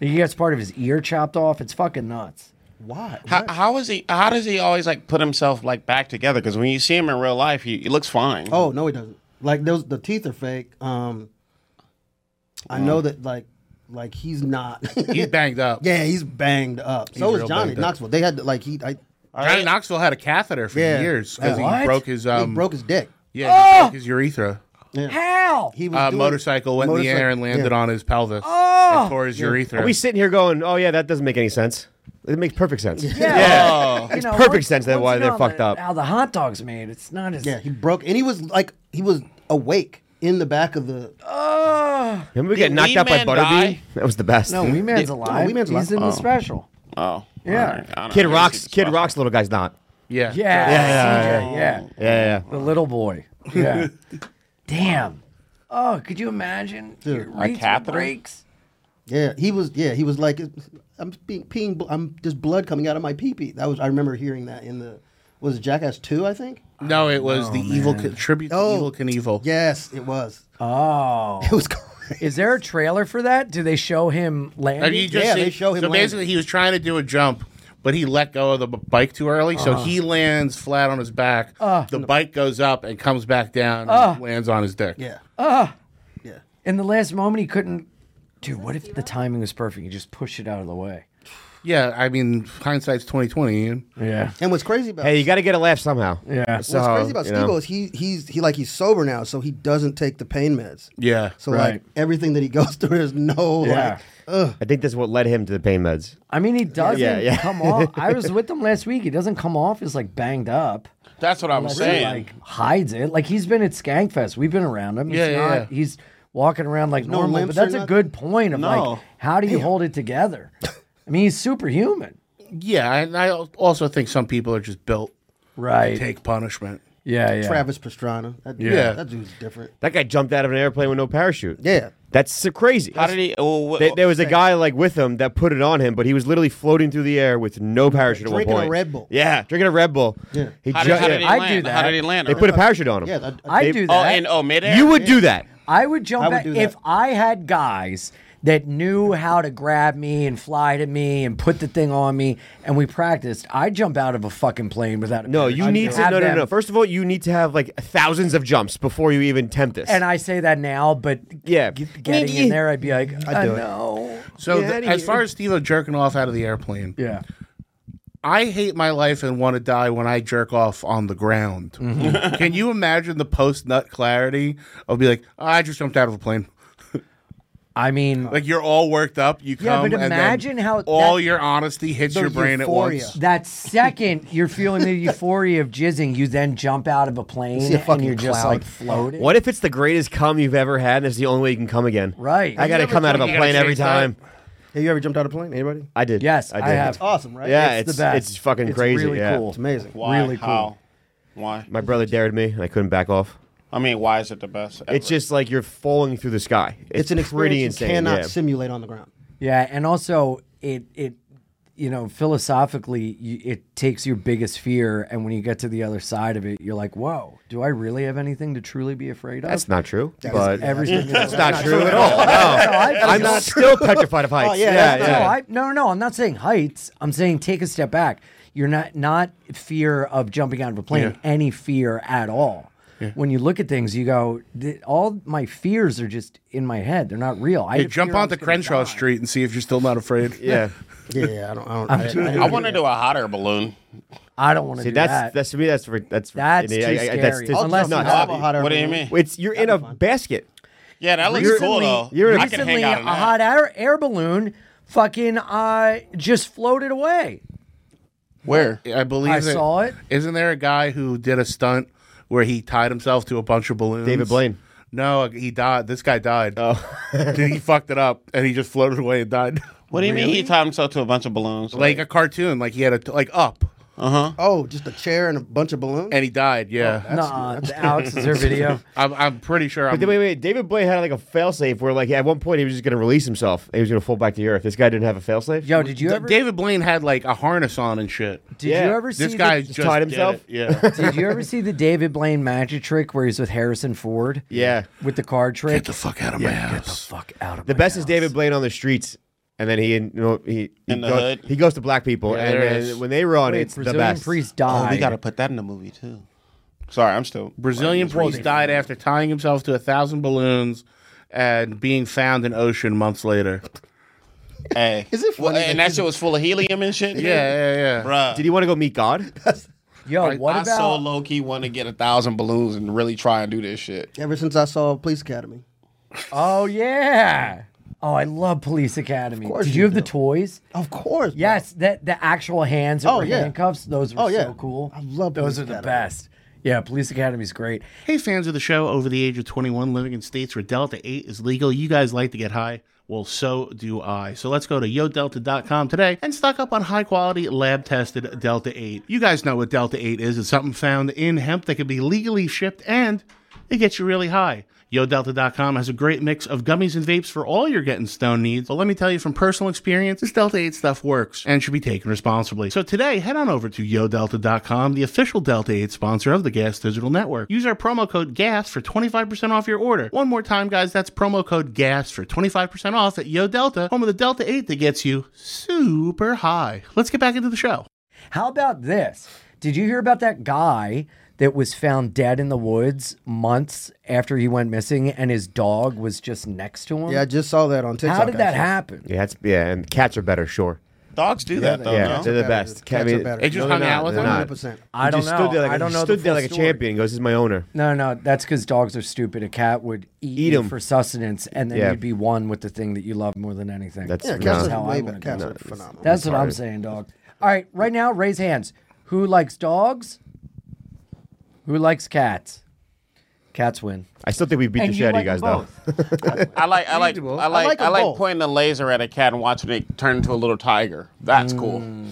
A: He gets part of his ear chopped off. It's fucking nuts.
D: Why?
J: How, how is he? How does he always like put himself like back together? Because when you see him in real life, he, he looks fine.
D: Oh no, he doesn't. Like those, the teeth are fake. Um, I
J: Mm.
D: know that. Like, like he's not.
G: He's banged up.
D: Yeah, he's banged up.
G: He's
D: so is
G: real
D: Johnny
G: banged up.
D: Knoxville. They had like he. I,
G: Johnny Knoxville had a catheter for
D: Yeah.
G: years because
D: What?
G: he broke his um
D: he broke his dick.
G: yeah he broke his urethra.
A: How?
D: He
G: Uh, motorcycle went in the air and landed on his pelvis. Oh, and tore his urethra.
F: Are we sitting here going, oh yeah, that doesn't make any sense? It makes perfect sense. Yeah,
D: You
F: it's
D: know,
F: perfect
D: once-
F: sense that
D: once
F: why
D: you
F: they're
D: know
F: fucked
D: that-
F: up.
A: How the hot dog's made. It's not as
D: Yeah, he broke, and he was like, he was awake in the back of the.
A: Oh.
F: Remember we get knocked out by Butterbean? That was the best.
D: No, Wee Man's
F: Yeah.
D: alive. Wee Man's He's alive. in the
A: special.
J: Oh,
A: Yeah.
F: Kid Rock's Kid Rock's little guy's not.
G: Yeah.
A: Yeah,
F: Yeah.
A: CJ,
F: Yeah.
A: yeah.
F: Yeah.
A: The little boy. Yeah. Damn. Oh, could you imagine?
D: Dude,
A: Urethra breaks.
D: Yeah, he was. Yeah, he was like, I'm being peeing. bl- I'm just blood coming out of my pee pee. That was. I remember hearing that in the was it Jackass Two, I think.
G: No, it was the evil K- tribute to
D: Oh.
G: evil Knievel.
D: Yes, it was.
A: Oh. It
D: was
A: Is there a trailer for that? Do they show him landing?
G: Have you just seen- so basically he was trying to do a jump, but he let go of the b- bike too early, so
A: Uh.
G: he lands flat on his back.
A: Uh.
G: the bike goes up and comes back down,
A: Uh.
G: and lands on his dick. Yeah,
A: Ah.
D: Yeah.
A: In the last moment, he couldn't. Dude, what if the timing was perfect? You just push it out of the way.
G: yeah. I mean, hindsight's twenty twenty. Ian.
A: Yeah.
D: And what's crazy about
F: Hey, you got to get a laugh somehow.
A: Yeah.
D: what's
F: Oh,
D: crazy about Steve is he he's he like he's sober now, so he doesn't take the pain meds.
G: Yeah.
D: So
F: Right.
D: like everything that he goes through is no like
F: I think that's what led him to the pain meds.
A: I mean, he doesn't
F: Yeah, yeah.
A: come off. I was with him last week. He doesn't come off as like banged up.
J: That's what I'm
A: Unless he,
J: saying.
A: like hides it. Like he's been at Skankfest. We've been around him. He's
J: Yeah, yeah,
A: not,
J: yeah.
A: He's walking around like
J: No
A: normal. But
J: limps
A: that's
J: or
A: a good point of like,
G: No.
A: how do you hold it together? I mean, he's superhuman.
G: Yeah, and I al- also think some people are just built
A: Right.
G: to take punishment.
A: Yeah,
D: Travis Pastrana. That,
F: Yeah.
D: yeah. that dude's different.
F: That guy jumped out of an airplane with no parachute.
D: Yeah.
F: That's s- crazy.
J: How did he? Oh, wh-
F: There- there was a guy like with him that put it on him, but he was literally floating through the air with no parachute at one
D: Drinking a
F: point.
D: Red Bull.
F: Yeah, drinking a Red Bull.
D: Yeah.
F: He
J: How
F: ju-
J: did- how did he
F: yeah.
J: land? How did he land?
F: They put a parachute on him.
D: Yeah,
A: I
F: They-
A: do that.
J: Oh, in oh midair.
F: You would do that.
A: I would jump
F: I would
A: back
F: do that.
A: if I had guys that knew how to grab me and fly to me and put the thing on me and we practiced. I'd jump out of a fucking plane without a
F: No,
A: parachute.
F: you need to
A: Have
F: no no
A: them-
F: no. First of all, you need to have like thousands of jumps before you even attempt this.
A: And I say that now, but
F: yeah,
A: getting in there, I'd be like, "Uh, I
F: I'd do it.
A: know. Get
G: So th-
A: outta
G: as
A: here.
G: far as Steve jerking off out of the airplane,
A: yeah,
G: I hate my life and want to die when I jerk off on the ground.
J: Mm-hmm.
G: Can you imagine the post nut clarity of be like, "Oh, I just jumped out of a plane.
A: I mean,
G: like you're all worked up. You come
A: Yeah, but
G: and then
A: imagine how
G: all
A: that-
G: your honesty hits
A: the
G: your brain
A: euphoria.
G: at once.
A: That second you're feeling the euphoria of jizzing, you then jump out of a plane
D: See a
A: and
D: fucking
A: you're just
D: cloud.
A: like floating.
F: What if it's the greatest cum you've ever had and it's the only way you can come again?
A: Right.
F: I got to
D: You
F: come out of
D: ever tried-
F: a
D: you
F: plane
D: gotta
F: every
D: chase that?
F: time.
D: Have you ever jumped out of a plane? Anybody?
F: I did.
A: Yes, I
F: did.
A: have.
D: It's awesome, right?
F: Yeah,
A: It's
F: it's
A: the
F: it's,
A: best.
F: fucking
A: It's
F: crazy.
A: really
F: yeah.
A: cool.
D: It's amazing.
J: Why?
A: Really cool.
J: How? Why?
F: My brother dared me and I couldn't back off.
J: I mean, why is it the best?
F: It's
J: ever?
F: just like you're falling through the sky. It's,
D: It's an experience
F: pretty
D: you
F: insane.
D: cannot
F: yeah.
D: simulate on the ground.
A: Yeah, and also it it you know philosophically you, it takes your biggest fear, and when you get to the other side of it, you're like, whoa, do I really have anything to truly be afraid of?
F: That's not true. but
A: everything.
F: that's not true at all. No. I'm not still petrified of heights.
D: Oh, yeah,
F: yeah,
D: that's
A: No,
F: yeah.
A: I, no, no. I'm not saying heights. I'm saying take a step back. You're not not fear of jumping out of a plane. Any fear at all. When you look at things, you go, "Th- all my fears are just in my head. They're not real. I
G: Hey,
A: had a
G: jump
A: fear I
G: onto
A: was gonna
G: Crenshaw
A: die.
G: Street and see if you're still not afraid.
F: yeah.
D: Yeah, I don't. I don't. I, I,
J: I want to do a hot air balloon.
A: I don't want to
F: See,
A: do
F: that's
A: that.
F: that's to me. That's for, that's
A: That's too scary. Unless
F: Unless
A: you
F: not.
D: have a hot air
J: What do you
D: balloon.
J: mean?
F: It's you're in a basket.
J: Yeah, that looks cool
A: Recently-
J: though.
F: you're a-
J: I can
A: recently
J: hang out
A: a
J: in that.
A: hot air, air balloon fucking uh just floated away.
J: Where?
G: I believe
A: I
G: that-
A: saw it.
G: Isn't there a guy who did a stunt where he tied himself to a bunch of balloons?
F: David Blaine.
G: No, he died. This guy died. Oh, he fucked it up and he just floated away and died.
J: What do you mean? He tied himself to a bunch of balloons.
G: like a cartoon, like he had a t- like up
D: oh, just a chair and a bunch of balloons.
G: and he died.
J: Oh,
G: Yeah,
A: Nah, Alex is there video.
G: I'm, I'm pretty sure. I'm,
F: But then, wait, wait. David Blaine had like a failsafe where, like, at one point he was just going to release himself. and He was going to fall back to the earth. This guy didn't have a failsafe.
A: Yo, did you
G: D-
A: ever
G: David Blaine had like a harness on and shit.
A: did
F: yeah,
A: you ever see
G: This guy
A: the,
G: just,
F: tied
G: did
F: himself?
G: it, Yeah.
A: Did you ever see the David Blaine magic trick where he's with Harrison Ford?
F: Yeah.
A: With the card trick?
G: the fuck out of my house.
A: fuck out of
F: The best is David Blaine on the streets, and then he, you know, he he
J: In the
F: goes,
J: hood?
F: he goes to black people,
G: Yeah,
F: and
G: there it
F: then
G: is.
F: when they run,
A: Wait,
F: it's
A: Brazilian
F: the best.
A: priest died.
D: Oh,
J: we got to put that in the movie too. Sorry, I'm still
G: Brazilian priest died after tying himself to a thousand balloons and being found in ocean months later.
J: Hey,
D: Is it
J: Well,
D: funny
J: and
D: that
J: that shit was full of helium and shit.
G: Yeah, yeah, yeah.
J: Bruh.
F: Did he want to go meet God?
A: Yo, what
J: I
A: about
J: so low key want to get a thousand balloons and really try and do this shit.
D: Ever since I saw Police Academy,
A: Oh yeah. Oh, I love Police Academy.
D: course
A: Did you
D: you
A: have the
D: do.
A: toys?
D: of course. bro.
A: Yes, that the actual hands that
D: Oh,
A: were
D: yeah.
A: handcuffs. Those were
D: Oh, yeah.
A: so cool.
D: I love
A: those
D: Police
A: are the
D: Academy.
A: best. Yeah, Police Academy's great.
G: Hey, fans of the show over the age of 21 living in states where Delta 8 is legal, you guys like to get high? Well, so do I. So let's go to yodelta.com today and stock up on high quality lab tested Delta 8. You guys know what Delta 8 is it's something found in hemp that can be legally shipped and it gets you really high. YoDelta.com has a great mix of gummies and vapes for all your getting stone needs. But let me tell you from personal experience, this Delta 8 stuff works and should be taken responsibly. So today, head on over to YoDelta.com, the official Delta 8 sponsor of the Gas Digital Network. Use our promo code GAS for 25% off your order. One more time, guys, that's promo code GAS for 25% off at YoDelta, home of the Delta 8 that gets you super high. Let's get back into the show.
A: How about this? Did you hear about that guy that was found dead in the woods months after he went missing and his dog was just next to him?
D: Yeah, I just saw that on TikTok.
A: How did that
D: actually.
A: happen?
F: Yeah, that's yeah. And cats are better, sure.
J: Dogs do that though.
F: yeah,
J: no?
F: they're the
D: Better.
F: best.
D: Cats
F: I mean,
D: are better.
G: They just
F: no,
G: hung
F: they're
G: out
F: not.
G: with
F: They're
D: 100%.
G: them?
F: not.
A: I
F: He
A: don't
F: just
A: know.
F: Stood there like,
A: I don't
F: he
A: know. the
F: Stood there
A: full
F: like a
A: story.
F: champion. He Goes, this is my owner.
A: No, no, that's because dogs are stupid. A cat would eat,
F: Eat
A: you
F: 'em.
A: for sustenance, and then
F: Yeah.
A: you'd be one with the thing that you love more than anything.
F: That's
D: Yeah,
F: no.
D: cats
A: how
D: are
A: I
D: way
A: wanna
D: better. Cats
F: do
D: are
F: it.
D: phenomenal.
A: That's what I'm
F: retarded.
A: saying, dog. All right, right now, raise hands. Who likes dogs? Who likes cats? Cats win.
F: I still think we beat the
A: And you
F: shit out
A: like
F: of you guys,
A: them
F: though.
A: both.
J: I like I like I
D: Reasonable.
J: like I like,
D: I like 'em both.
J: pointing a laser at a cat and watching it turn into a little tiger. That's cool.
F: Mm.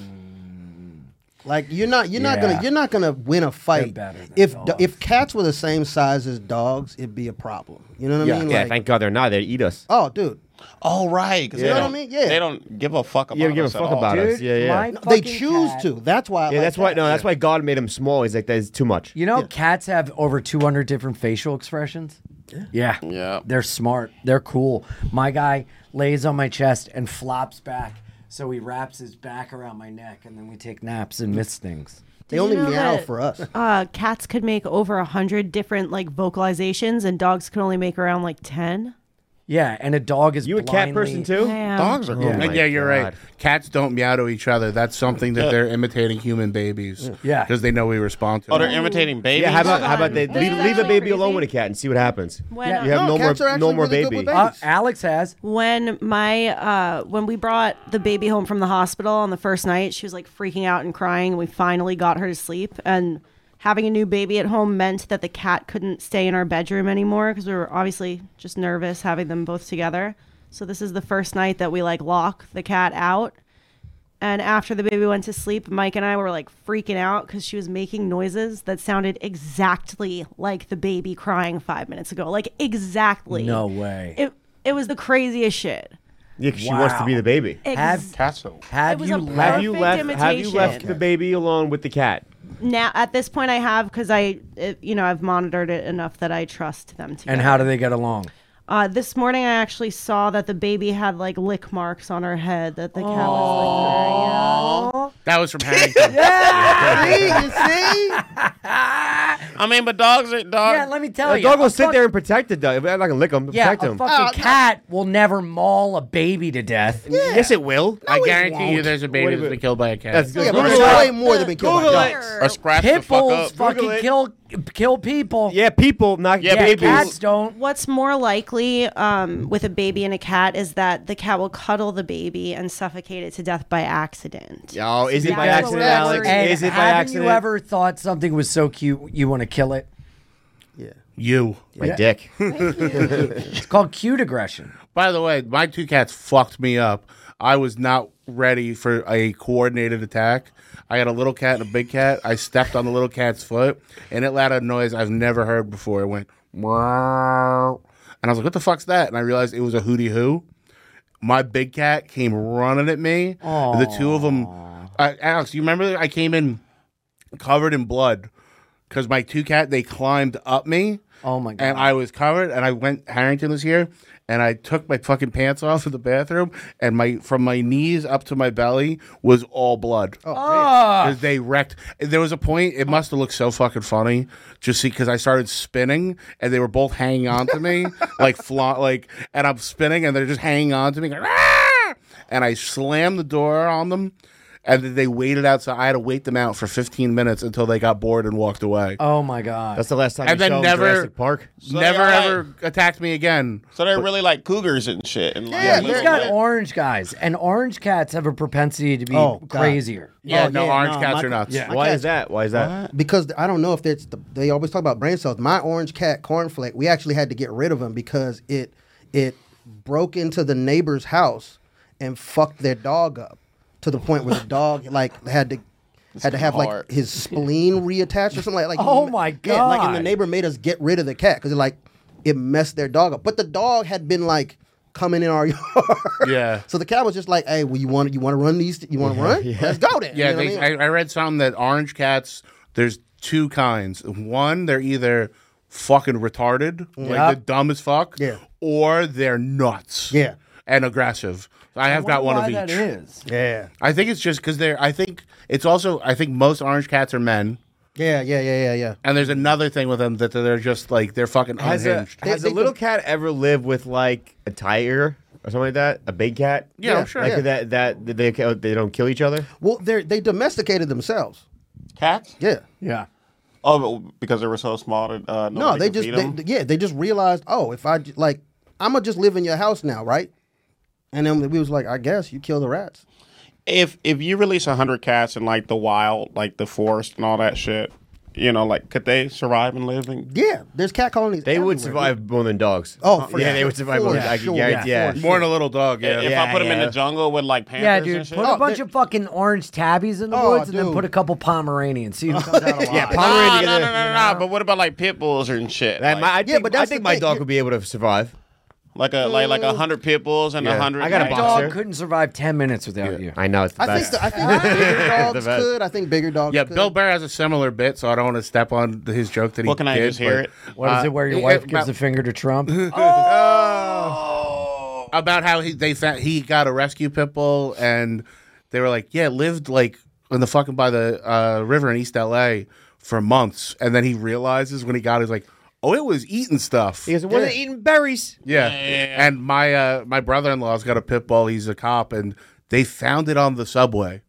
D: Like you're not you're not
A: Yeah.
D: gonna you're not gonna win a fight.
A: better than
D: If
A: dogs.
D: if cats were the same size as dogs, it'd be a problem. You know what I mean?
F: yeah,
D: Like,
F: thank God they're not. They eat us.
D: oh, dude,
J: Oh right,
D: You know what I mean? Yeah.
J: They don't give a fuck about.
F: Yeah, give a
J: us at
F: fuck
J: all.
F: about it.
A: Dude,
F: Yeah, yeah.
A: my
F: No,
D: they
A: fucking
D: choose
A: cat-
D: to. That's why. I
F: Yeah,
D: like
F: that's why.
D: cats.
F: No, that's why God made him small. He's like, that's too much.
A: You know, cats have over 200 different facial expressions. Yeah. Yeah.
J: Yeah.
A: They're smart. They're cool. My guy lays on my chest and flops back. So he wraps his back around my neck, and then we take naps and miss things.
D: They
H: Did you
D: only
H: know
D: meow
H: that-
D: for us.
H: Uh, cats could make over a hundred different like vocalizations, and dogs could only make around like ten.
A: Yeah, and a dog is
F: You a cat person too?
H: Man.
G: Dogs are cool.
F: my
G: Yeah, you're right.
F: God.
G: Cats don't meow to each other. That's something that
J: Yeah.
G: they're imitating human babies.
A: Yeah.
G: Because they know we respond to
J: Oh, they're
G: them.
J: imitating babies.
F: Yeah, how about how about they
H: This is
F: leave, leave a
H: actually
F: baby alone
H: crazy.
F: with a cat and see what happens?
H: When,
F: You have
D: No,
F: no,
D: cats are
F: more
D: actually
F: no more
D: really good
F: baby.
D: with babies.
A: Uh, Alex has.
H: when my uh when we brought the baby home from the hospital on the first night she was like freaking out and crying and we finally got her to sleep and having a new baby at home meant that the cat couldn't stay in our bedroom anymore because we were obviously just nervous having them both together so this is the first night that we like lock the cat out and after the baby went to sleep mike and i were like freaking out because she was making noises that sounded exactly like the baby crying five minutes ago like exactly
A: No way.
H: it it was the craziest shit.
F: Yeah, 'cause she wants to be
A: Wow.
F: the baby.
H: Ex-
A: Have-
J: Cats though.
A: Have
H: It was
A: you
H: a
F: Have you
H: Perfect
F: left? Have you
H: imitation.
F: left the baby alone with the cat?
H: now at this point, I have because I, it, you know, I've monitored it enough that I trust them to.
A: And how do they get along?
H: uh, this morning, I actually saw that the baby had like lick marks on her head that the cat was like.
G: That was from Harrington.
D: see, you see?
J: I mean, but dogs are dogs.
A: Yeah, let me tell
F: The
A: you.
F: dog will
A: a
F: sit
A: fuck-
F: there and protect the dog. I'm not gonna lick him.
A: Yeah,
F: protect
A: a
F: him.
J: Uh,
A: fucking cat will never maul a baby to death.
F: Yes, it will.
G: I guarantee you there's a
F: Wait
G: baby
F: a
G: that's been
F: minute.
G: killed by a cat.
F: That's
D: Yeah,
F: good.
D: but
F: Google
D: there's
F: it.
D: way more than been killed
F: Google
D: by
F: it.
D: dogs.
J: or scratch the
A: Pit
J: fuck
A: bulls
J: up.
F: Google
A: fucking
F: it.
A: kill kill people.
F: Yeah, people, not
J: Yeah,
A: Yeah,
F: babies.
A: cats don't.
H: What's more likely um, with a baby and a cat is that the cat will cuddle the baby and suffocate it to death by accident.
F: Oh, is it by
H: That's
F: accident,
H: what I'm
F: Alex?
H: worried
F: Is it by
A: haven't
F: accident?
A: you ever thought something was so cute you want to kill it?
G: you.
F: My dick.
A: It's called cute aggression.
G: By the way, my two cats fucked me up. I was not ready for a coordinated attack. I had a little cat and a big cat. I stepped on the little cat's foot, and it let out a noise I've never heard before. It went, wow. And I was like, what the fuck's that? And I realized it was a hootie hoo. My big cat came running at me. The two of them. I, Alex, you remember that I came in covered in blood because my two cat, they climbed up me.
A: Oh my god.
G: And I was covered, and I went. Harrington was here, and I took my fucking pants off in the bathroom, and my from my knees up to my belly was all blood.
A: Oh,
G: Because they wrecked. There was a point. It must have looked so fucking funny, just see, because I started spinning, and they were both hanging on to me, like fla- like, and I'm spinning, and they're just hanging on to me, going, "Ah!" and I slammed the door on them. And then they waited outside. I had to wait them out for 15 minutes until they got bored and walked away.
A: oh my god.
F: That's the last time.
G: And
F: you
G: then
F: saw him in
G: never-
F: Jurassic Park.
J: So
G: Never
J: they're
G: ever
J: like-
G: attacked me again.
J: So they're really like cougars and shit. And like,
D: Yeah,
J: little
A: He's got
J: bit.
A: orange guys, and orange cats have a propensity to be
D: Oh, God.
A: crazier.
G: Yeah,
D: Oh,
G: no, orange
D: no,
G: cats
D: my-
G: are nuts.
D: yeah.
F: Why
D: cat-
F: is that? Why is that?
D: because I don't know if it's the, they always talk about brain cells. My orange cat cornflake, we actually had to get rid of him because it it broke into the neighbor's house and fucked their dog up to the point where the dog like had to had to have
J: hard.
D: like his spleen reattached or something like like
A: Oh my
D: yeah, like and the
A: God.
D: neighbor made us get rid of the cat because like it messed their dog up. But the dog had been like coming in our yard.
G: Yeah.
D: So the cat was just like, "Hey, well, you want you want to run these? You want to run? Let's go then." You
G: Yeah,
D: know what I
G: they,
D: mean?
G: I, I read something that orange cats, there's two kinds. One, they're either fucking retarded, like they're dumb as fuck,
D: Yeah.
G: or they're nuts.
D: Yeah.
G: And aggressive. I have got one
A: why
G: of each.
A: That is.
D: yeah.
G: I think it's just because they're, I think it's also, I think most orange cats are men.
D: Yeah, yeah, yeah, yeah, yeah.
G: And there's another thing with them that they're just like, they're fucking
F: Has a,
G: unhinged.
F: has a
D: they-
F: little cat ever lived with like a tiger or something like that? A big cat?
G: Yeah, I'm sure.
F: Like
D: Yeah.
F: that that they they don't kill each other.
D: Well, they they domesticated themselves.
J: cats.
D: Yeah.
A: Yeah.
J: Oh, but because they were so small. that, Uh,
F: Oh,
D: No,
J: nobody
D: they
J: could
D: just
J: feed
D: they,
J: them?
D: yeah they just realized oh if I j- like I'm gonna just live in your house now right, and then we was like I guess you kill the rats.
J: if if you release hundred cats in like the wild, like the forest and all that shit, you know, like could they survive and live? In-
D: Yeah, there's cat colonies.
F: They would
D: everywhere.
F: survive more than dogs.
D: Oh, for
F: yeah,
D: sure.
F: they would survive
D: For
F: more than I can
D: sure,
F: guarantee.
D: yeah,
F: Yeah,
D: for
G: More than a little dog, yeah.
J: if I
F: Yeah,
J: put them in
F: yeah.
J: the jungle with like panthers
A: Yeah,
J: and
A: dude.
J: shit,
A: Put a bunch of fucking orange tabbies in the
D: Oh,
A: woods, and then
D: dude.
A: put a couple Pomeranians. See who comes out alive.
F: Yeah,
J: no,
F: Pomeranian
J: no, no,
F: together,
J: no, no, no, But what about like pit bulls and shit?
F: That
J: like,
F: my, I
D: Yeah,
F: think,
D: but
F: I
D: that's
F: think
D: the
F: my
D: thing,
F: dog
D: you-
F: would be able to survive.
J: like a like like a hundred pit bulls and a
F: Yeah.
J: hundred.
F: I got a
J: like,
F: box.
A: dog
F: Boxer.
A: couldn't survive ten minutes without you.
F: I know it's the
D: I
F: best.
D: think the, I think bigger dogs
F: best.
D: could. I think bigger dogs.
G: Yeah,
D: could.
G: Bill Burr has a similar bit, so I don't want to step on his joke that he
J: Well, can I
G: did,
J: just hear
G: but-
J: it?
A: What is it where your
G: it-
A: wife
G: it-
A: gives
G: about-
A: a finger to Trump?
G: about how he they found, he got a rescue pit bull and they were like, yeah, lived like in the fucking by the uh, river in East LA for months, and then he realizes when he got, it, he's like, Oh, it was eating stuff.
F: Because it wasn't eating berries.
G: Yeah.
F: Yeah, yeah,
G: And my uh, my brother in law's got a pit bull. He's a cop, and they found it on the subway.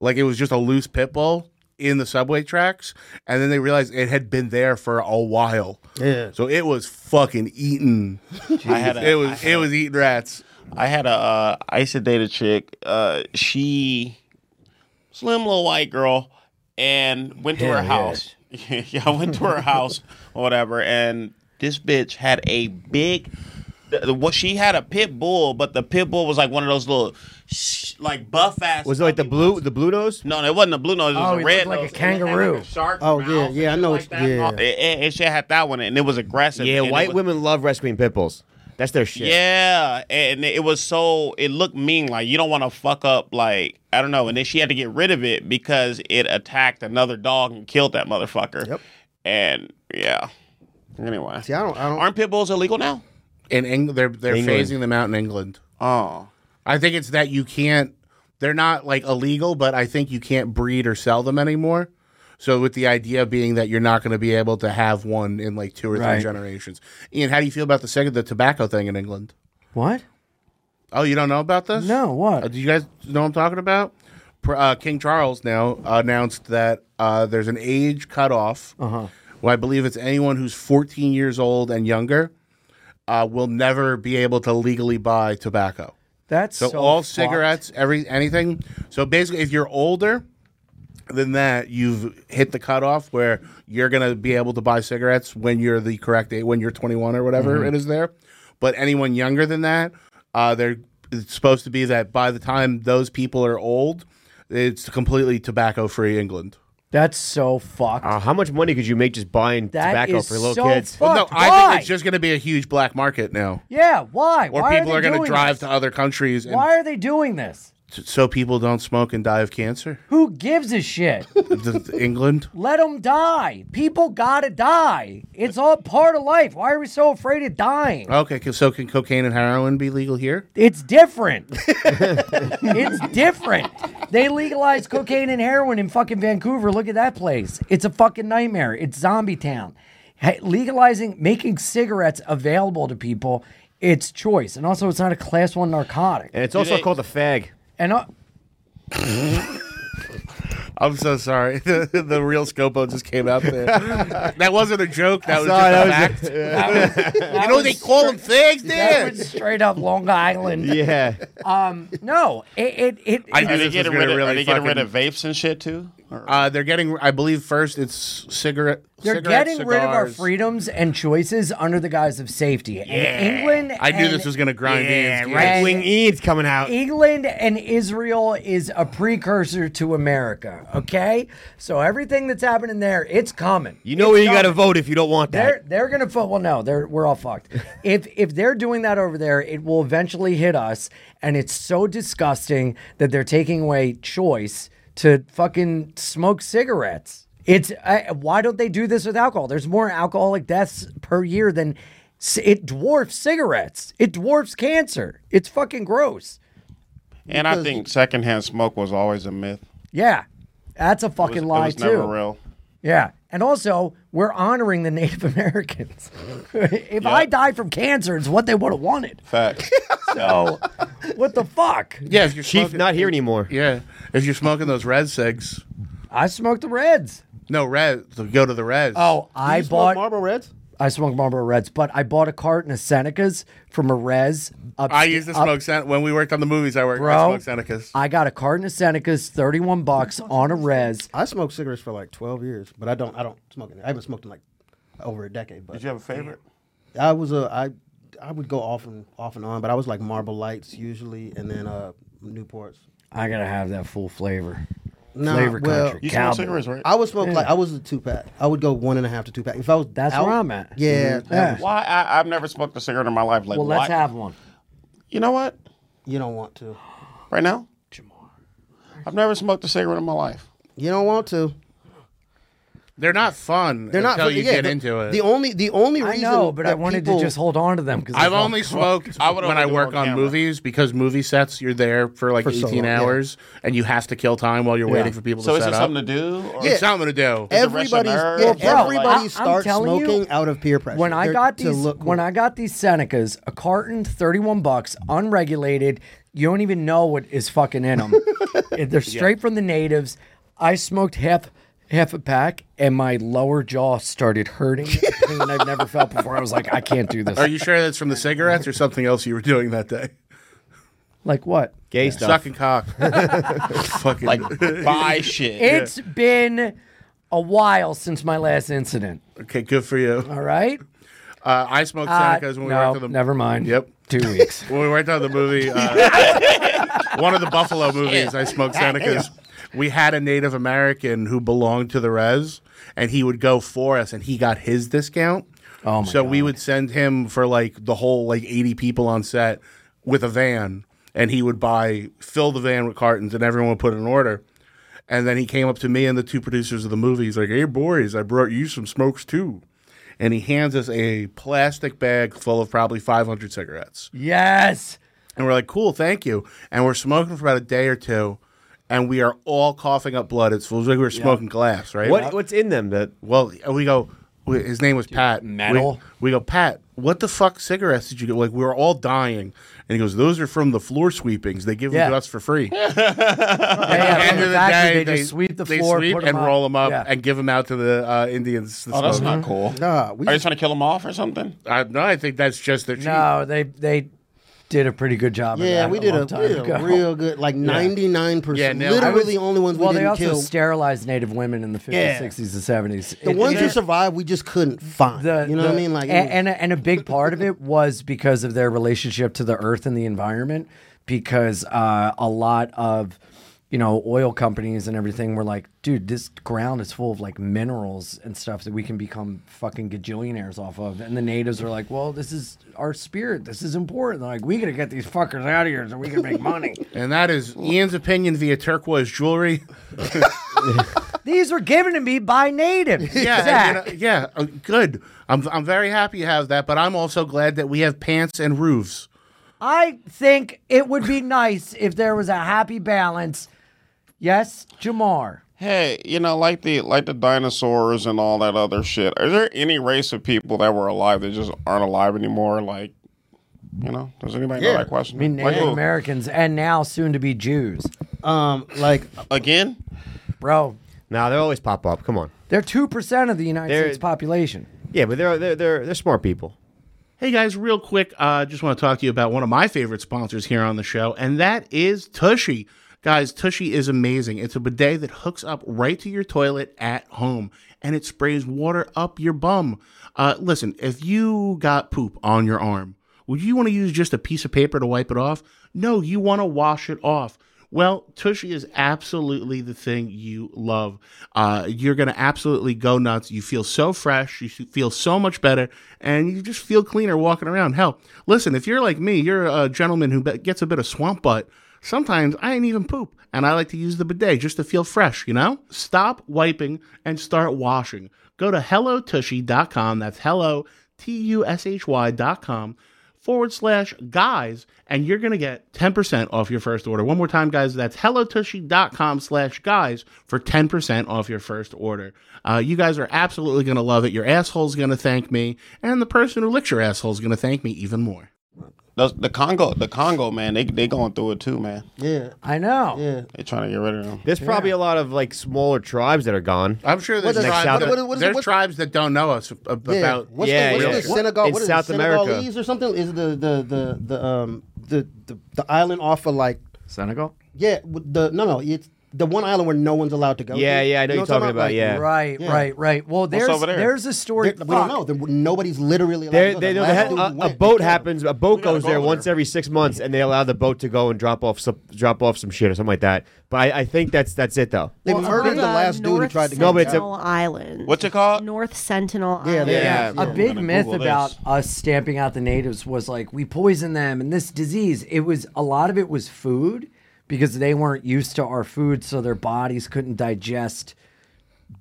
G: Like it was just a loose pit bull in the subway tracks, and then they realized it had been there for a while.
J: Yeah.
G: So it was fucking eating.
J: I had a-
G: it was it was eating rats.
J: I had a uh, I used to date a chick. Uh, she slim little white girl and went to
B: Hell
J: her house. yeah, I went to her house or whatever, and this bitch had a big. the- the- What she had a pit bull, but the pit bull was like one of those little, sh- like buff ass.
F: Was it like the blue the blue nose?
J: No, it wasn't a blue nose. It was
F: Oh,
J: a
F: he
J: red
F: looked like a
J: nose, and it had,
F: kangaroo.
J: a shark.
D: Oh yeah, yeah, I know. Like yeah,
J: It, it, it shit had that one, and it was aggressive.
F: Yeah,
J: and it
F: white
J: was-
F: women love rescuing pit bulls. That's their shit.
J: Yeah, and it was so it looked mean. Like you don't want to fuck up. Like I don't know. And then she had to get rid of it because it attacked another dog and killed that motherfucker. Yep. And yeah. Anyway,
D: See, I don't, I don't.
J: aren't pit bulls illegal now?
G: In England, they're they're
J: England.
G: phasing them out in England.
J: Oh,
G: I think it's that you can't. They're not like illegal, but I think you can't breed or sell them anymore. So with the idea being that you're not going to be able to have one in like two or
A: Right.
G: three generations. Ian, how do you feel about the second the tobacco thing in England?
A: What?
G: Oh, you don't know about this? No,
A: what?
G: Uh, do you guys know what I'm talking about? Pr- Uh, King Charles now announced that uh, there's an age cutoff.
A: Uh-huh.
G: Well, I believe it's anyone who's 14 years old and younger uh, will never be able to legally buy tobacco.
A: That's
G: so,
A: so
G: all
A: fucked.
G: cigarettes, every anything. So basically, if you're older than that, you've hit the cutoff where you're gonna be able to buy cigarettes when you're the correct age, when you're 21 or whatever
A: Mhm.
G: it is there. But anyone younger than that, uh, they're it's supposed to be that by the time those people are old, it's completely tobacco free England.
A: That's so fucked.
G: Ah.
F: Uh, how much money could you make just buying
A: That
F: tobacco
A: is
F: for little
A: so
F: kids?
A: fucked.
G: No, I
A: Why?
G: think it's just gonna be a huge black market now,
A: Yeah, why?
G: or
A: why
G: people
A: they
G: are, gonna
A: doing
G: drive
A: this?
G: to other countries and,
A: Why are they doing this?
G: so people don't smoke and die of cancer.
A: Who gives a shit?
G: The- the England.
A: Let them die. People gotta die. It's all part of life. Why are we so afraid of dying?
G: Okay, 'cause- so can cocaine and heroin be legal here?
A: It's different. it's different. They legalized cocaine and heroin in fucking Vancouver. Look at that place. It's a fucking nightmare. It's zombie town. Ha- Legalizing, making cigarettes available to people, it's choice. And also, it's not a class one narcotic.
G: Eh.
F: And it's also called a fag.
A: And uh,
G: I'm so sorry. The, the real Scopo just came out there. that wasn't a joke. That was
F: Sorry,
G: just a
F: that
G: fact.
A: That
G: you know
A: was
G: they call them fags
A: that
G: there.
A: was straight up Long Island.
F: Yeah.
A: Um, no, it, it, it,
G: I knew
J: Are they
G: this was
J: getting
G: gonna
J: rid of-
G: really
J: are they getting rid of
G: fucking-
J: vapes and shit too?
G: Uh, they're getting, I believe, first it's cigarette.
A: They're
G: cigarettes,
A: getting rid of our
G: cigars.
A: freedoms and choices under the guise of safety. And England.
G: I knew
A: and-
G: this was gonna grind
F: Yeah,
G: Ian's
F: right
G: gears.
F: wing Eads coming out.
A: England and Israel is a precursor to America. Okay, so everything that's happening there, it's coming.
F: You know where you got to vote if you don't want
A: They're
F: that.
A: they're gonna fu- well no they're we're all fucked. if if they're doing that over there, it will eventually hit us, and it's so disgusting that they're taking away choice to fucking smoke cigarettes. It's uh, why don't they do this with alcohol? There's more alcoholic deaths per year than c- it dwarfs cigarettes. It dwarfs cancer. It's fucking gross.
J: And I think secondhand smoke was always a myth.
A: Yeah, that's a
J: it
A: fucking lie
J: was
A: too.
J: never real.
A: Yeah, and also we're honoring the Native Americans. if I die from cancer, it's what they would have wanted.
J: Facts.
A: So what the fuck?
G: Yeah, if you're
F: Chief
G: smoking,
F: not here anymore.
G: Yeah, if you're smoking those red cigs.
A: I smoked the Reds.
G: No red. so Go to the reds.
A: Oh, I bought
F: Marlboro Reds.
A: I smoked Marlboro Reds, but I bought a carton of Senecas from a res. Up,
G: I used to
A: up-
G: smoke Sen- when we worked on the movies. I worked.
A: Bro.
G: I smoked Senecas.
A: I got a carton of Senecas, thirty-one bucks on a res.
D: I smoked cigarettes for like twelve years, but I don't. I don't smoke any. I haven't smoked in like over a decade. But
J: Did you have a favorite?
D: I was a I I would go off and off and on, but I was like Marble Lights usually, and then uh Newports.
A: I gotta have that full flavor.
D: Nah,
A: flavor
D: well-
A: country.
J: You smoke
A: Cowboy.
J: cigarettes, right?
D: I would smoke
A: Yeah.
D: like I was a two pack. I would go one and a half to two pack. If I was
A: That's
D: out-
A: where I'm at.
D: Yeah,
A: Mhm.
D: that
A: Yeah.
D: was-
J: Why I, I've never smoked a cigarette in my life. Like,
A: Well, let's
J: why-
A: have one.
J: You know what?
D: you don't want to.
J: Right now, Jamar, I've never smoked a cigarette in my life.
D: You don't want to.
G: They're not fun.
D: They're not
G: until
D: fun-
G: you
D: yeah,
G: get
D: the-
G: into it.
D: the only- the only
A: I
D: reason
A: know, but I
D: that
A: wanted
D: people-
A: to just hold on to them because
G: I've only smoked
J: I would
G: when I
J: only do it
G: work
J: on
G: on,
J: camera.
G: movies because movie sets you're there for like
D: For so
G: 18
D: long, yeah.
G: hours and you have to kill time while you're
D: Yeah.
G: waiting for people
J: So
G: to
J: is
G: set
J: it
G: up.
J: something to do? Or
D: Yeah.
G: It's something to do.
J: Is it rush on
D: everybody's
J: nerves?
D: yeah,
J: Well, bro,
D: everybody
J: like-
A: I- I'm
D: starts
A: telling you,
D: smoking out of peer pressure.
A: When I
D: They're-
A: got
D: to
A: these,
D: look
A: when
D: cool.
A: I got these Senecas, a carton, thirty-one bucks, unregulated. You don't even know what is fucking in them. They're straight from the natives. I smoked half half a pack, and my lower jaw started hurting. a pain I've never felt before. I was like, I can't do this.
G: Are you sure that's from the cigarettes or something else you were doing that day?
A: like what?
F: Gay stuff.
G: Sucking cock. Fucking.
J: Like buy shit.
A: It's been a while since my last incident.
G: okay, good for you.
A: All right.
G: Uh, I smoked
A: Uh,
G: Senecas when we
A: no,
G: worked on the.
A: never mind.
G: Yep.
A: Two weeks.
G: When we worked on the movie, uh, one of the Buffalo movies, I smoked Senecas. We had a Native American who belonged to the res, and he would go for us, and he got his discount.
A: Oh my
G: so we would send him for like the whole like 80 people on set with a van, and he would buy fill the van with cartons, and everyone would put an order. And then he came up to me and the two producers of the movie. He's like, "Hey boys, I brought you some smokes too." And he hands us a plastic bag full of probably 500 cigarettes.
A: yes.
G: And we're like, cool, thank you. And we're smoking for about a day or two, and we are all coughing up blood. It's it was like we were smoking glass, right?
F: What, what's in them that
G: Well, we go. We, his name was Pat.
J: metal?
G: We, we go, Pat. What the fuck cigarettes did you get? Like we were all dying, and he goes, "Those are from the floor sweepings. They give
A: Yeah.
G: them to us for free."
A: Yeah,
G: At the
A: from
G: end
A: the
G: of the
A: factory,
G: day,
A: they just sweep the
G: they
A: floor,
G: sweep
A: put 'em
G: and
A: up.
G: roll them up,
A: Yeah.
G: and give them out to the uh, Indians. to
J: Oh, that's
G: smoke.
F: Mhm.
J: not cool.
D: Nah, we
J: Are you trying to kill them off or something?
G: I, no, I think that's just their.
A: No, they they did a pretty good job. of
D: yeah,
A: that
D: we
A: a
D: did
A: long
D: a,
A: time
D: we did
A: ago.
D: a real good, like ninety nine
G: Yeah,
D: percent.
G: now- I
D: Literally
G: was-
D: the only ones we
A: Well, they
D: didn't
A: also
D: kill.
A: sterilized Native women in the 50s,
D: Yeah.
A: 60s, and 70s.
D: The
A: It-
D: ones
A: it-
D: who survived, we just couldn't find.
A: the-
D: you know what I
A: the-
D: mean? Like,
A: a- and, and a big part of it was because of their relationship to the earth and the environment, because uh, a lot of you know oil companies and everything were like, dude, this ground is full of like minerals and stuff that we can become fucking gajillionaires off of, and the natives are like, well, this is our spirit, this is important. They're like, we gotta get these fuckers out of here so we can make money.
G: And that is Ian's opinion via turquoise jewelry.
A: These were given to me by natives.
G: Yeah,
A: Zach.
G: and, you know, yeah, uh, good. I'm I'm very happy you have that, but I'm also glad that we have pants and roofs.
A: I think it would be nice if there was a happy balance. Yes, Jamar.
J: Hey, you know, like the like the dinosaurs and all that other shit. Are there any race of people that were alive that just aren't alive anymore? Like, you know, does anybody know that question?
A: I mean,
J: like,
A: Native
J: who?
A: Americans and now soon to be Jews.
D: um, like
J: again?
A: Bro,
F: Nah, they always pop up. Come on.
A: they're 2% of the United
F: They're-
A: States population.
F: Yeah, but they're they're they're, they're smart people.
G: Hey guys, real quick, uh, just want to talk to you about one of my favorite sponsors here on the show, and that is Tushy. Guys, Tushy is amazing. It's a bidet that hooks up right to your toilet at home, and it sprays water up your bum. Uh, listen, if you got poop on your arm, would you want to use just a piece of paper to wipe it off? No, you want to wash it off. Well, Tushy is absolutely the thing you love. Uh, you're going to absolutely go nuts. You feel so fresh. You s- feel so much better. And you just feel cleaner walking around. Hell, listen, if you're like me, you're a gentleman who be- gets a bit of swamp butt. Sometimes I ain't even poop. And I like to use the bidet just to feel fresh, you know? Stop wiping and start washing. Go to hellotushy.com. That's hello, T U S H Y.com forward slash guys and you're going to get 10% off your first order one more time guys that's hellotushy.com slash guys for 10% off your first order uh, you guys are absolutely going to love it your asshole's going to thank me and the person who licks your asshole's going to thank me even more
J: The, the Congo, the Congo, man, they they going through it too, man.
D: yeah,
A: I know.
D: yeah.
J: They trying to get rid of them.
F: There's probably a lot of like smaller tribes that are gone.
G: i'm sure
D: there's What is- tribes what- that- what- what is- there's what-
G: tribes that don't know us uh, about
D: Yeah. What's the,
F: Yeah,
D: what's
F: yeah.
D: the
F: What-
D: Senegal?
F: in
D: what is
F: South
D: it,
F: America.
D: Senegalese or something? Is it the the the the um the the, the island off of like
A: Senegal?
D: yeah with the no no it's the one island where no one's allowed to go.
F: Yeah,
D: to.
F: yeah, I know
D: You
F: you're
D: what I'm
F: talking about,
D: Like,
F: yeah.
A: Right,
D: Yeah.
A: right, right. Well, there's
J: over there?
A: there's a story.
D: We don't know.
A: Fuck.
D: There- Nobody's literally allowed
F: They're,
D: to go.
F: they
D: The
F: know they
D: last
F: had,
D: dude
F: uh, a,
D: who
F: a
D: went, they
F: boat
D: killed him.
F: happens. A boat
J: gotta
F: goes
J: go
F: there
J: over
F: once
J: there.
F: every six months, and they allow the boat to go and drop off some drop off some shit or something like that. But I, I think that's that's it though.
D: They
H: Well,
D: murdered
H: on,
D: the
H: uh,
D: last dude who
H: North
D: tried to
F: No,
D: go.
F: but it's a-
H: Sentinel Island.
J: What's it called?
H: North Sentinel
D: Yeah,
H: Island.
D: they-
F: Yeah.
A: A
J: I'm
A: big
J: gonna
A: myth
J: Google
A: about
J: this.
A: us stamping out the natives was like we poison them and this disease. It was a lot of it was food because they weren't used to our food, so their bodies couldn't digest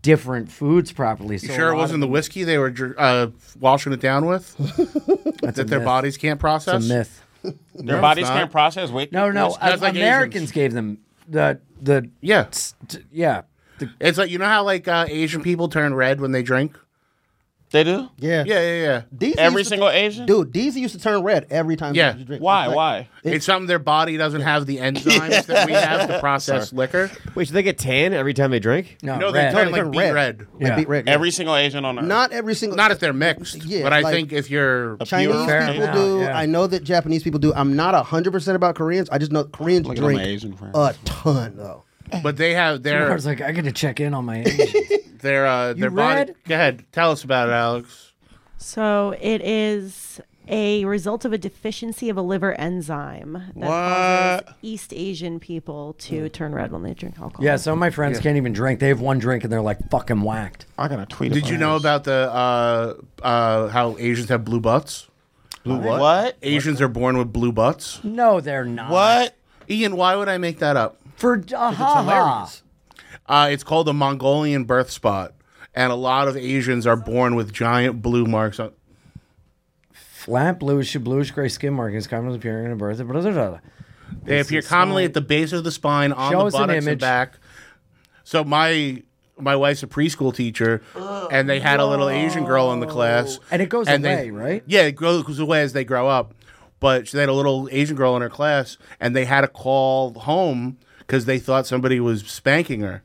A: different foods properly.
G: You
A: So a
G: sure it
A: lot of
G: wasn't the
A: them-
G: whiskey they were dr- uh, washing it down with?
A: a
G: that their
A: myth.
G: bodies can't process?
A: It's a myth.
G: No,
J: Their
G: it's
J: bodies
G: not.
J: can't process weight.
A: No, no,
G: That's- that's
A: uh,
G: like Asians.
A: Americans gave them the the
G: Yeah.
A: t- yeah. The,
G: It's like, you know how like uh, Asian people turn red when they drink?
J: They do.
D: Yeah.
G: Yeah, yeah, yeah.
D: Deezy
J: Every
D: used to-
J: single Asian.
D: dude, Deezy used to turn red every time.
G: Yeah.
D: he drank-
J: Why?
D: like-
J: Why?
G: It's, something their body doesn't have the enzymes that we have to process liquor.
F: Wait, so they get tan every time they drink?
A: no,
G: No, they
A: red.
G: turn
D: Turn
G: like beet
D: red.
G: red.
D: Like
A: Yeah.
D: beet red. yeah.
J: Every single Asian on earth.
D: Not every single.
G: Not if they're mixed,
D: Yeah,
G: but I
D: like-
G: think if you're
D: Chinese
J: Fair
D: people
A: enough.
D: do.
A: Yeah.
D: I know that Japanese people do. I'm not hundred percent about Koreans. I just know Koreans
J: Look at all my
D: drink
J: Asian friends.
D: a ton though.
G: but they have
A: I
G: their
A: was like, I got to check in on my age.
G: their uh their body
A: red?
G: Go ahead, tell us about it, Alex.
H: So it is a result of a deficiency of a liver enzyme that causes East Asian people to turn red when they drink alcohol.
A: yeah, some of my friends can't even drink. They have one drink and they're like fucking whacked.
J: I gotta tweet.
G: Did you know about the uh uh how Asians have blue butts?
J: blue what? What?
G: Asians are born with blue butts.
A: No, they're not.
J: What?
G: Ian, why would I make that up?
A: for uh, ha ha?
D: hilarious.
G: Uh, it's called a Mongolian birth spot, and a lot of Asians are born with giant blue marks on.
A: Flat bluish to bluish gray skin markings commonly appearing in birth. Blah, blah, blah, blah.
G: They appear commonly at the base of the spine, on
A: Show
G: the
A: us an
G: buttocks and
A: image.
G: back. So my my wife's a preschool teacher, and they had a little Asian girl in the class,
A: And it goes
G: they-
A: away, right?
G: Yeah, it goes away as they grow up. But she had a little Asian girl in her class, and they had to call home because they thought somebody was spanking her.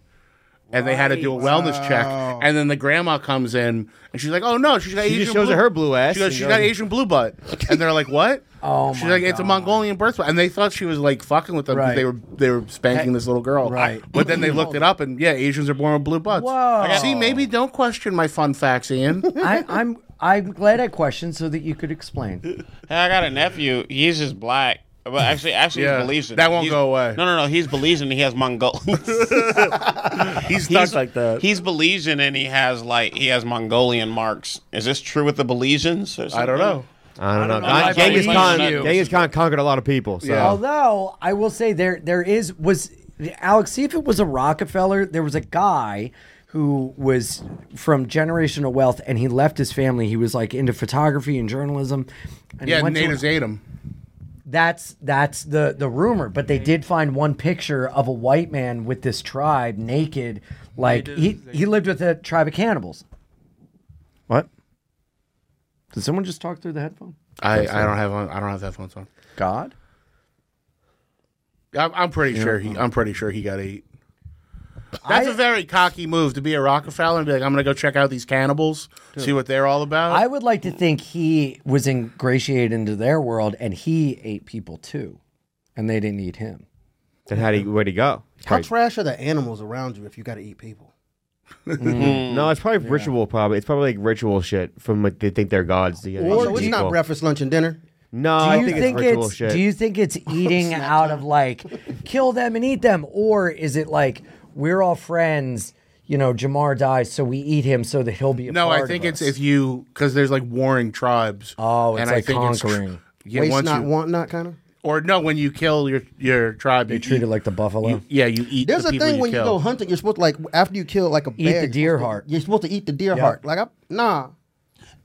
G: And they had to do a wellness check, and then the grandma comes in, and she's like, "Oh no, she's got
F: She
G: Asian."
F: just shows
G: blue-
F: her blue ass.
G: She goes,
F: and
G: "She's got Asian blue butt," and they're like, "What?"
A: Oh,
G: she's
A: my
G: like, "It's a
A: God.
G: Mongolian birth spot," and they thought she was like fucking with them because
A: Right.
G: they were they were spanking this little girl.
A: Right.
G: But then they looked it up, and yeah, Asians are born with blue butts.
A: Whoa.
G: See, maybe don't question my fun facts, Ian.
A: I, I'm I'm glad I questioned so that you could explain.
J: Hey, I got a nephew. He's just black. Well, actually, actually,
G: Yeah,
J: he's Belizean.
G: that won't
J: He's-
G: go away.
J: No, no, no. He's Belizean. and He has Mongol. he's
G: He's stuck like that.
J: He's Belizean and he has like he has Mongolian marks. Is this true with the Belizeans? Or something?
G: I don't know.
F: I don't know.
J: know. I
F: Genghis
J: believe
F: Khan,
J: you.
F: Genghis Khan conquered a lot of people. So.
G: Yeah.
A: Although I will say there there is was Alex. See if it was a Rockefeller. There was a guy who was from generational wealth, and he left his family. He was like into photography and journalism. And he
G: Yeah,
A: went to-
G: natives ate him.
A: That's that's the the rumor, but they did find one picture of a white man with this tribe naked, like he he lived with a tribe of cannibals. What? Did someone just talk through the headphone?
G: I, I don't have on, I don't have that phone song.
A: God.
G: I'm, I'm pretty sure he I'm pretty sure he got ate. That's a very cocky move to be a Rockefeller and be like, I'm gonna go check out these cannibals, see what they're all about.
A: I would like to think he was ingratiated into their world, and he ate people too, and they didn't eat him.
F: Then how do you, where'd he go?
D: How
F: Probably-
D: trash are the animals around you if you got to eat people?
F: no, it's probably ritual. Probably it's probably like ritual shit from like they think they're gods. To get
D: Or
F: Asian
D: it's not
F: people.
D: breakfast, lunch, and dinner.
F: No,
A: Do
F: Uh, I
A: you
F: think, it's ritual shit.
A: do you think it's eating out of like kill them and eat them, or is it like we're all friends? You know, Jamar dies, so we eat him so that he'll be a
G: no,
A: Part
G: I think
A: of
G: it's
A: us.
G: if you because there's like warring tribes.
A: Oh, it's
G: and I
A: like
G: think tr-
A: conquering.
G: yeah,
D: Waste
G: once
D: not,
G: you-
D: want not, kind of.
G: or no, when you kill your your tribe,
A: they
G: you
A: treat
G: eat-
A: it like the buffalo.
G: you- yeah, you eat.
D: There's
G: the
D: a
G: people
D: thing when
G: kill.
D: you go hunting, you're supposed to like after you kill like a
A: the
D: bear, you're
A: deer
D: supposed to-
A: heart.
D: You're supposed to eat the deer
A: Yeah.
D: heart. Like I nah.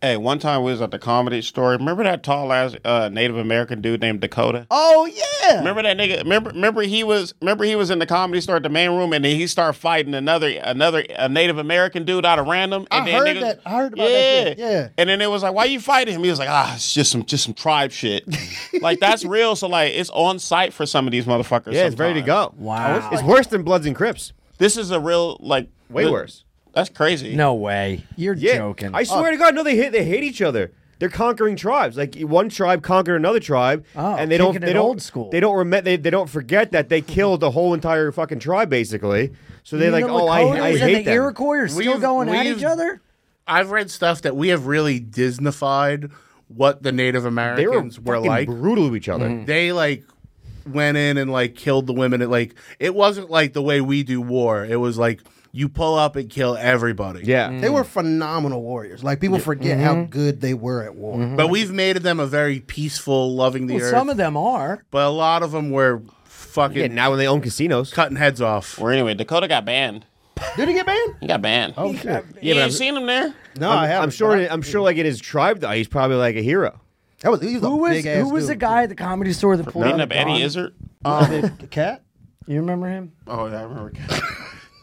J: Hey, one time we was at the comedy store. Remember that tall ass uh, Native American dude named Dakota?
D: Oh yeah.
J: Remember that nigga? Remember, remember he was remember he was in the comedy store at the main room, and then he started fighting another another a Native American dude out of random. And
D: I
J: then
D: heard
J: niggas-
D: that- I heard about that shit, yeah.
J: And then it was like, why you fighting him? He was like, ah, it's just some just some tribe shit. like that's real. So like, it's on site for some of these motherfuckers.
F: yeah, it's ready to
J: sometimes.
F: go.
A: Wow.
F: it's worse than Bloods and Crips.
J: This is a real like
F: Way
J: the-
F: worse.
J: That's crazy.
A: No way, you're
F: Yeah,
A: joking.
F: I swear to God, no, they hate they hate each other. They're conquering tribes. Like one tribe conquered another tribe,
A: Oh,
F: and they don't
A: kicking
F: they
A: it
F: don't
A: old school.
F: they don't rem- they, they don't forget that they killed the whole entire fucking tribe basically. So they
A: You
F: like,
A: mean the
F: oh, I,
A: Lakotas
F: I
A: and
F: hate
A: the
F: them.
A: Iroquois are still
G: We've-
A: going at each
G: we've-
A: other.
G: I've read stuff that we have really Disneyfied what the Native
F: They were, Mm.
G: Americans were,
F: fucking
G: like.
F: brutal to each other.
G: they like went in and like killed the women. It like it wasn't like the way we do war. It was like you pull up and kill everybody.
A: Mm.
F: Yeah,
D: They were phenomenal warriors. Like people forget how
A: Mm-hmm.
D: good they were at war.
G: But we've made them a very peaceful, loving the
A: Well,
G: earth.
A: some of them are.
G: but a lot of them were
F: yeah.
G: fucking
F: Now when they own casinos,
G: cutting heads off.
J: Well, anyway, Dakota got banned.
D: Did he get banned?
J: He got banned.
D: Oh, shit. Yeah,
J: You ain't seen him there?
D: No,
F: I'm,
D: I haven't,
F: I'm sure. I'm sure. Like in his tribe, though, he's probably like a hero.
D: That was, he was
A: Who was who was the guy at the comedy store that pulled
J: Beating
A: out
J: up
A: a
J: Eddie
A: dog?
J: Izzard?
D: the cat?
A: You remember him?
J: Oh, yeah, I remember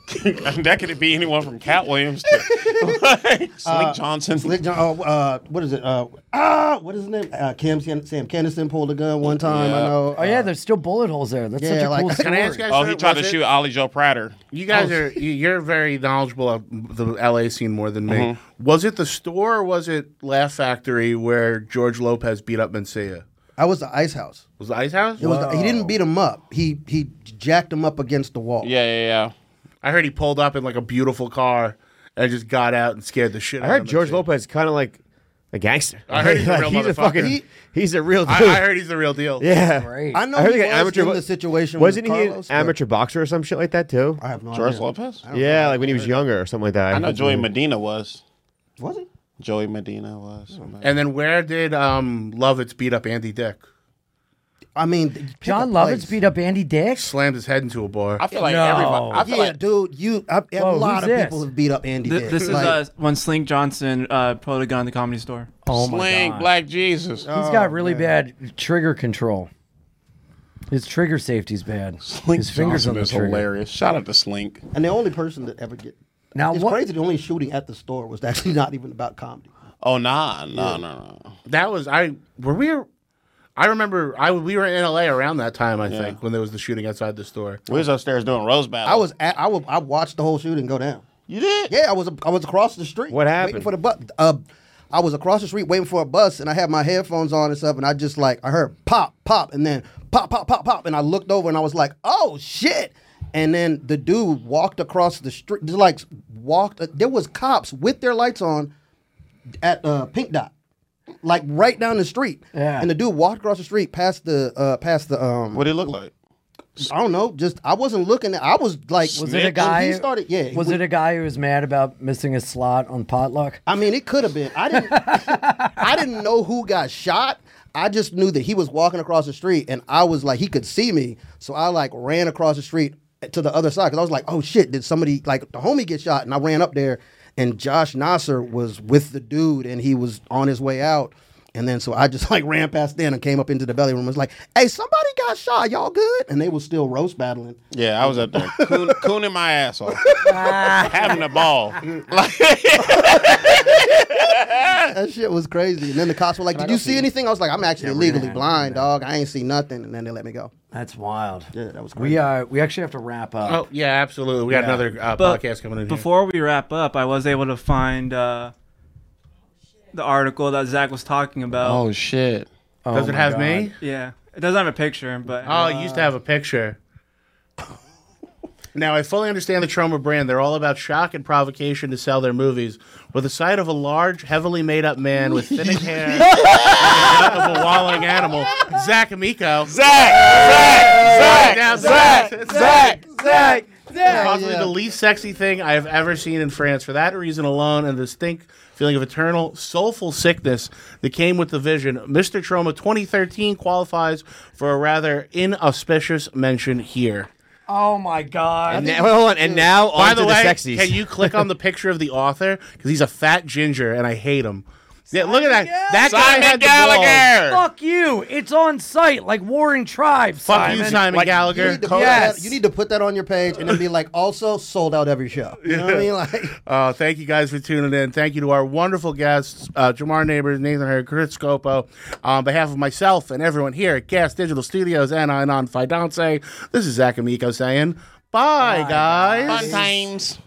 J: Cat. that could be anyone from Cat Williams to like, Slick Johnson.
D: Slick John. Oh, uh, what is it? Uh, ah, what is his name? Uh, Kim Sam, Sam Kennison pulled a gun one time. I
J: Yeah.
D: know.
A: Oh yeah, there's still bullet holes there. That's such
D: yeah,
A: a
D: like-
A: cool
D: Can
A: story.
G: Can I ask you guys?
J: oh,
G: what
J: he
G: it
J: tried to
G: was?
J: shoot Ollie Joe Prater.
G: You
F: Oh.
G: guys are you- you're very knowledgeable of the LA scene more than me.
J: Mhm.
F: Mm-hmm.
G: Was it the store or was it Laugh Factory where George Lopez beat up Mencia?
D: I was the ice house.
G: Was the Ice House?
D: It was the- he didn't beat him up. He he jacked him up against the wall.
J: Yeah, yeah, yeah.
G: I heard he pulled up in like a beautiful car and just got out and scared the shit.
F: I
G: out
F: heard
G: of
F: George
G: Mencia.
F: Lopez kind of like a gangster.
G: I heard he's a real
F: he's a
G: motherfucker.
F: fucking.
G: He-
F: He's a real dude.
G: I, I heard he's the real deal.
F: yeah.
A: Great.
D: I know
F: I heard
D: he
F: he
D: was
F: got amateur
D: in
F: bo-
D: the situation.
F: Wasn't
D: with
F: he an
D: Carlos, but
F: amateur boxer or some shit like that too?
D: I have no
J: George
D: idea.
J: Lopez?
F: Yeah, like when he was younger or something like that.
J: I know Joey Medina was.
D: Was he?
J: Joey Medina was.
G: And then where did um, Lovitz beat up Andy Dick?
D: I mean, th- pick
A: John
D: a
A: Lovitz
D: place.
A: beat up Andy Dix.
G: Slammed his head into a bar.
J: I feel like
A: No.
J: everybody. I feel
D: Yeah,
J: like
D: dude, you I, a
A: Whoa,
D: lot of
A: who's
D: people
A: this?
D: have beat up Andy.
B: Th-
D: Dick.
B: this is
D: Like,
B: uh, when Sling Johnson uh, pulled a gun in the comedy store.
A: Oh my
J: Sling
A: god.
J: Black Jesus.
A: He's got really bad trigger control. His trigger safety's bad. His fingers
J: Johnson
A: on the
J: is
A: trigger.
J: hilarious. Shout out to Slink.
D: and the only person that ever get.
A: Now
D: It's
A: what?
D: crazy. The only shooting at the store was actually not even about comedy.
J: Oh nah, no, no, no.
G: That was I. Were we? I remember I we were in LA around that time. I think when there was the shooting outside the store.
J: We was upstairs doing rose battle.
D: I was at, I, wa- I watched the whole shooting go down.
J: You did?
D: Yeah, I was I was across the street.
F: What
D: Waiting
F: happened?
D: for the bus. Uh, I was across the street waiting for a bus, and I had my headphones on and stuff, and I just like I heard pop, pop, and then pop, pop, pop, pop, and I looked over and I was like, oh shit. And then the dude walked across the street, just like walked. uh, there was cops with their lights on at uh, Pink Dot, like right down the street.
A: Yeah.
D: And the dude walked across the street past the uh, past the um.
J: What did he look like?
D: I don't know. Just I wasn't looking. At, I was like,
A: Was it a
D: when
A: guy?
D: He started. Yeah.
A: Was it a guy who was mad about missing a slot on potluck?
D: I mean, it could have been. I didn't. I didn't know who got shot. I just knew that he was walking across the street, and I was like, he could see me, so I like ran across the street to the other side because I was like, oh shit, did somebody like the homie get shot? And I ran up there, and Josh Nasser was with the dude, and he was on his way out. And then so I just like ran past then and came up into the belly room. and was like, "Hey, somebody got shot. Y'all good?" And they was still roast battling.
J: Yeah, I was up there coon, cooning my ass off, having a ball. Like,
D: That shit was crazy. And then the cops were like, "Did you see anything?" I was like, "I'm actually legally blind, dog. I ain't see nothing." And then they let me go.
A: That's wild.
D: Yeah, that was crazy.
A: We uh we actually have to wrap up.
G: Oh yeah, absolutely. We got another uh,
B: But
G: podcast coming in. here.
B: Before we wrap up, I was able to find uh, the article that Zach was talking about.
D: Oh,
J: shit! Oh
G: Does it
A: my
G: have
A: God.
G: me?
B: yeah. It doesn't have a picture, but
G: Oh, it used to have a picture. now I fully understand the Troma brand. They're all about shock and provocation to sell their movies. With the sight of a large, heavily made-up man with thinning hair and the gut of a wallowing animal, Zach Amico,
J: Zach,
G: Now,
J: Zach, Zach, Zach, Zach, Zach.
G: possibly the least sexy thing I have ever seen in France. For that reason alone, and the distinct feeling of eternal, soulful sickness that came with the vision, Mr. Troma 2013 qualifies for a rather inauspicious mention here.
A: Oh my god.
F: And now, hold on. And now
G: By
F: on to
G: the
F: the
G: way,
F: sexies.
G: can you click on the picture of the author because he's a fat ginger and I hate him. Yeah, look at that. That guy
J: Simon
G: had the balls.
J: Gallagher.
A: Fuck you. It's on site like warring tribes.
G: Fuck you,
A: Simon.
G: Simon
D: You
G: Gallagher.
D: need, to put
A: Yes.
D: that, you need to put that on your page and then be like, also sold out every show. You know what I mean? Like,
G: Uh, thank you guys for tuning in. Thank you to our wonderful guests, uh, Jamar Neighbors, Nathan Hurd, Chris Scopo. On behalf of myself and everyone here at Gas Digital Studios and on Fidance, this is Zach Amico saying, bye, guys.
J: Fun times.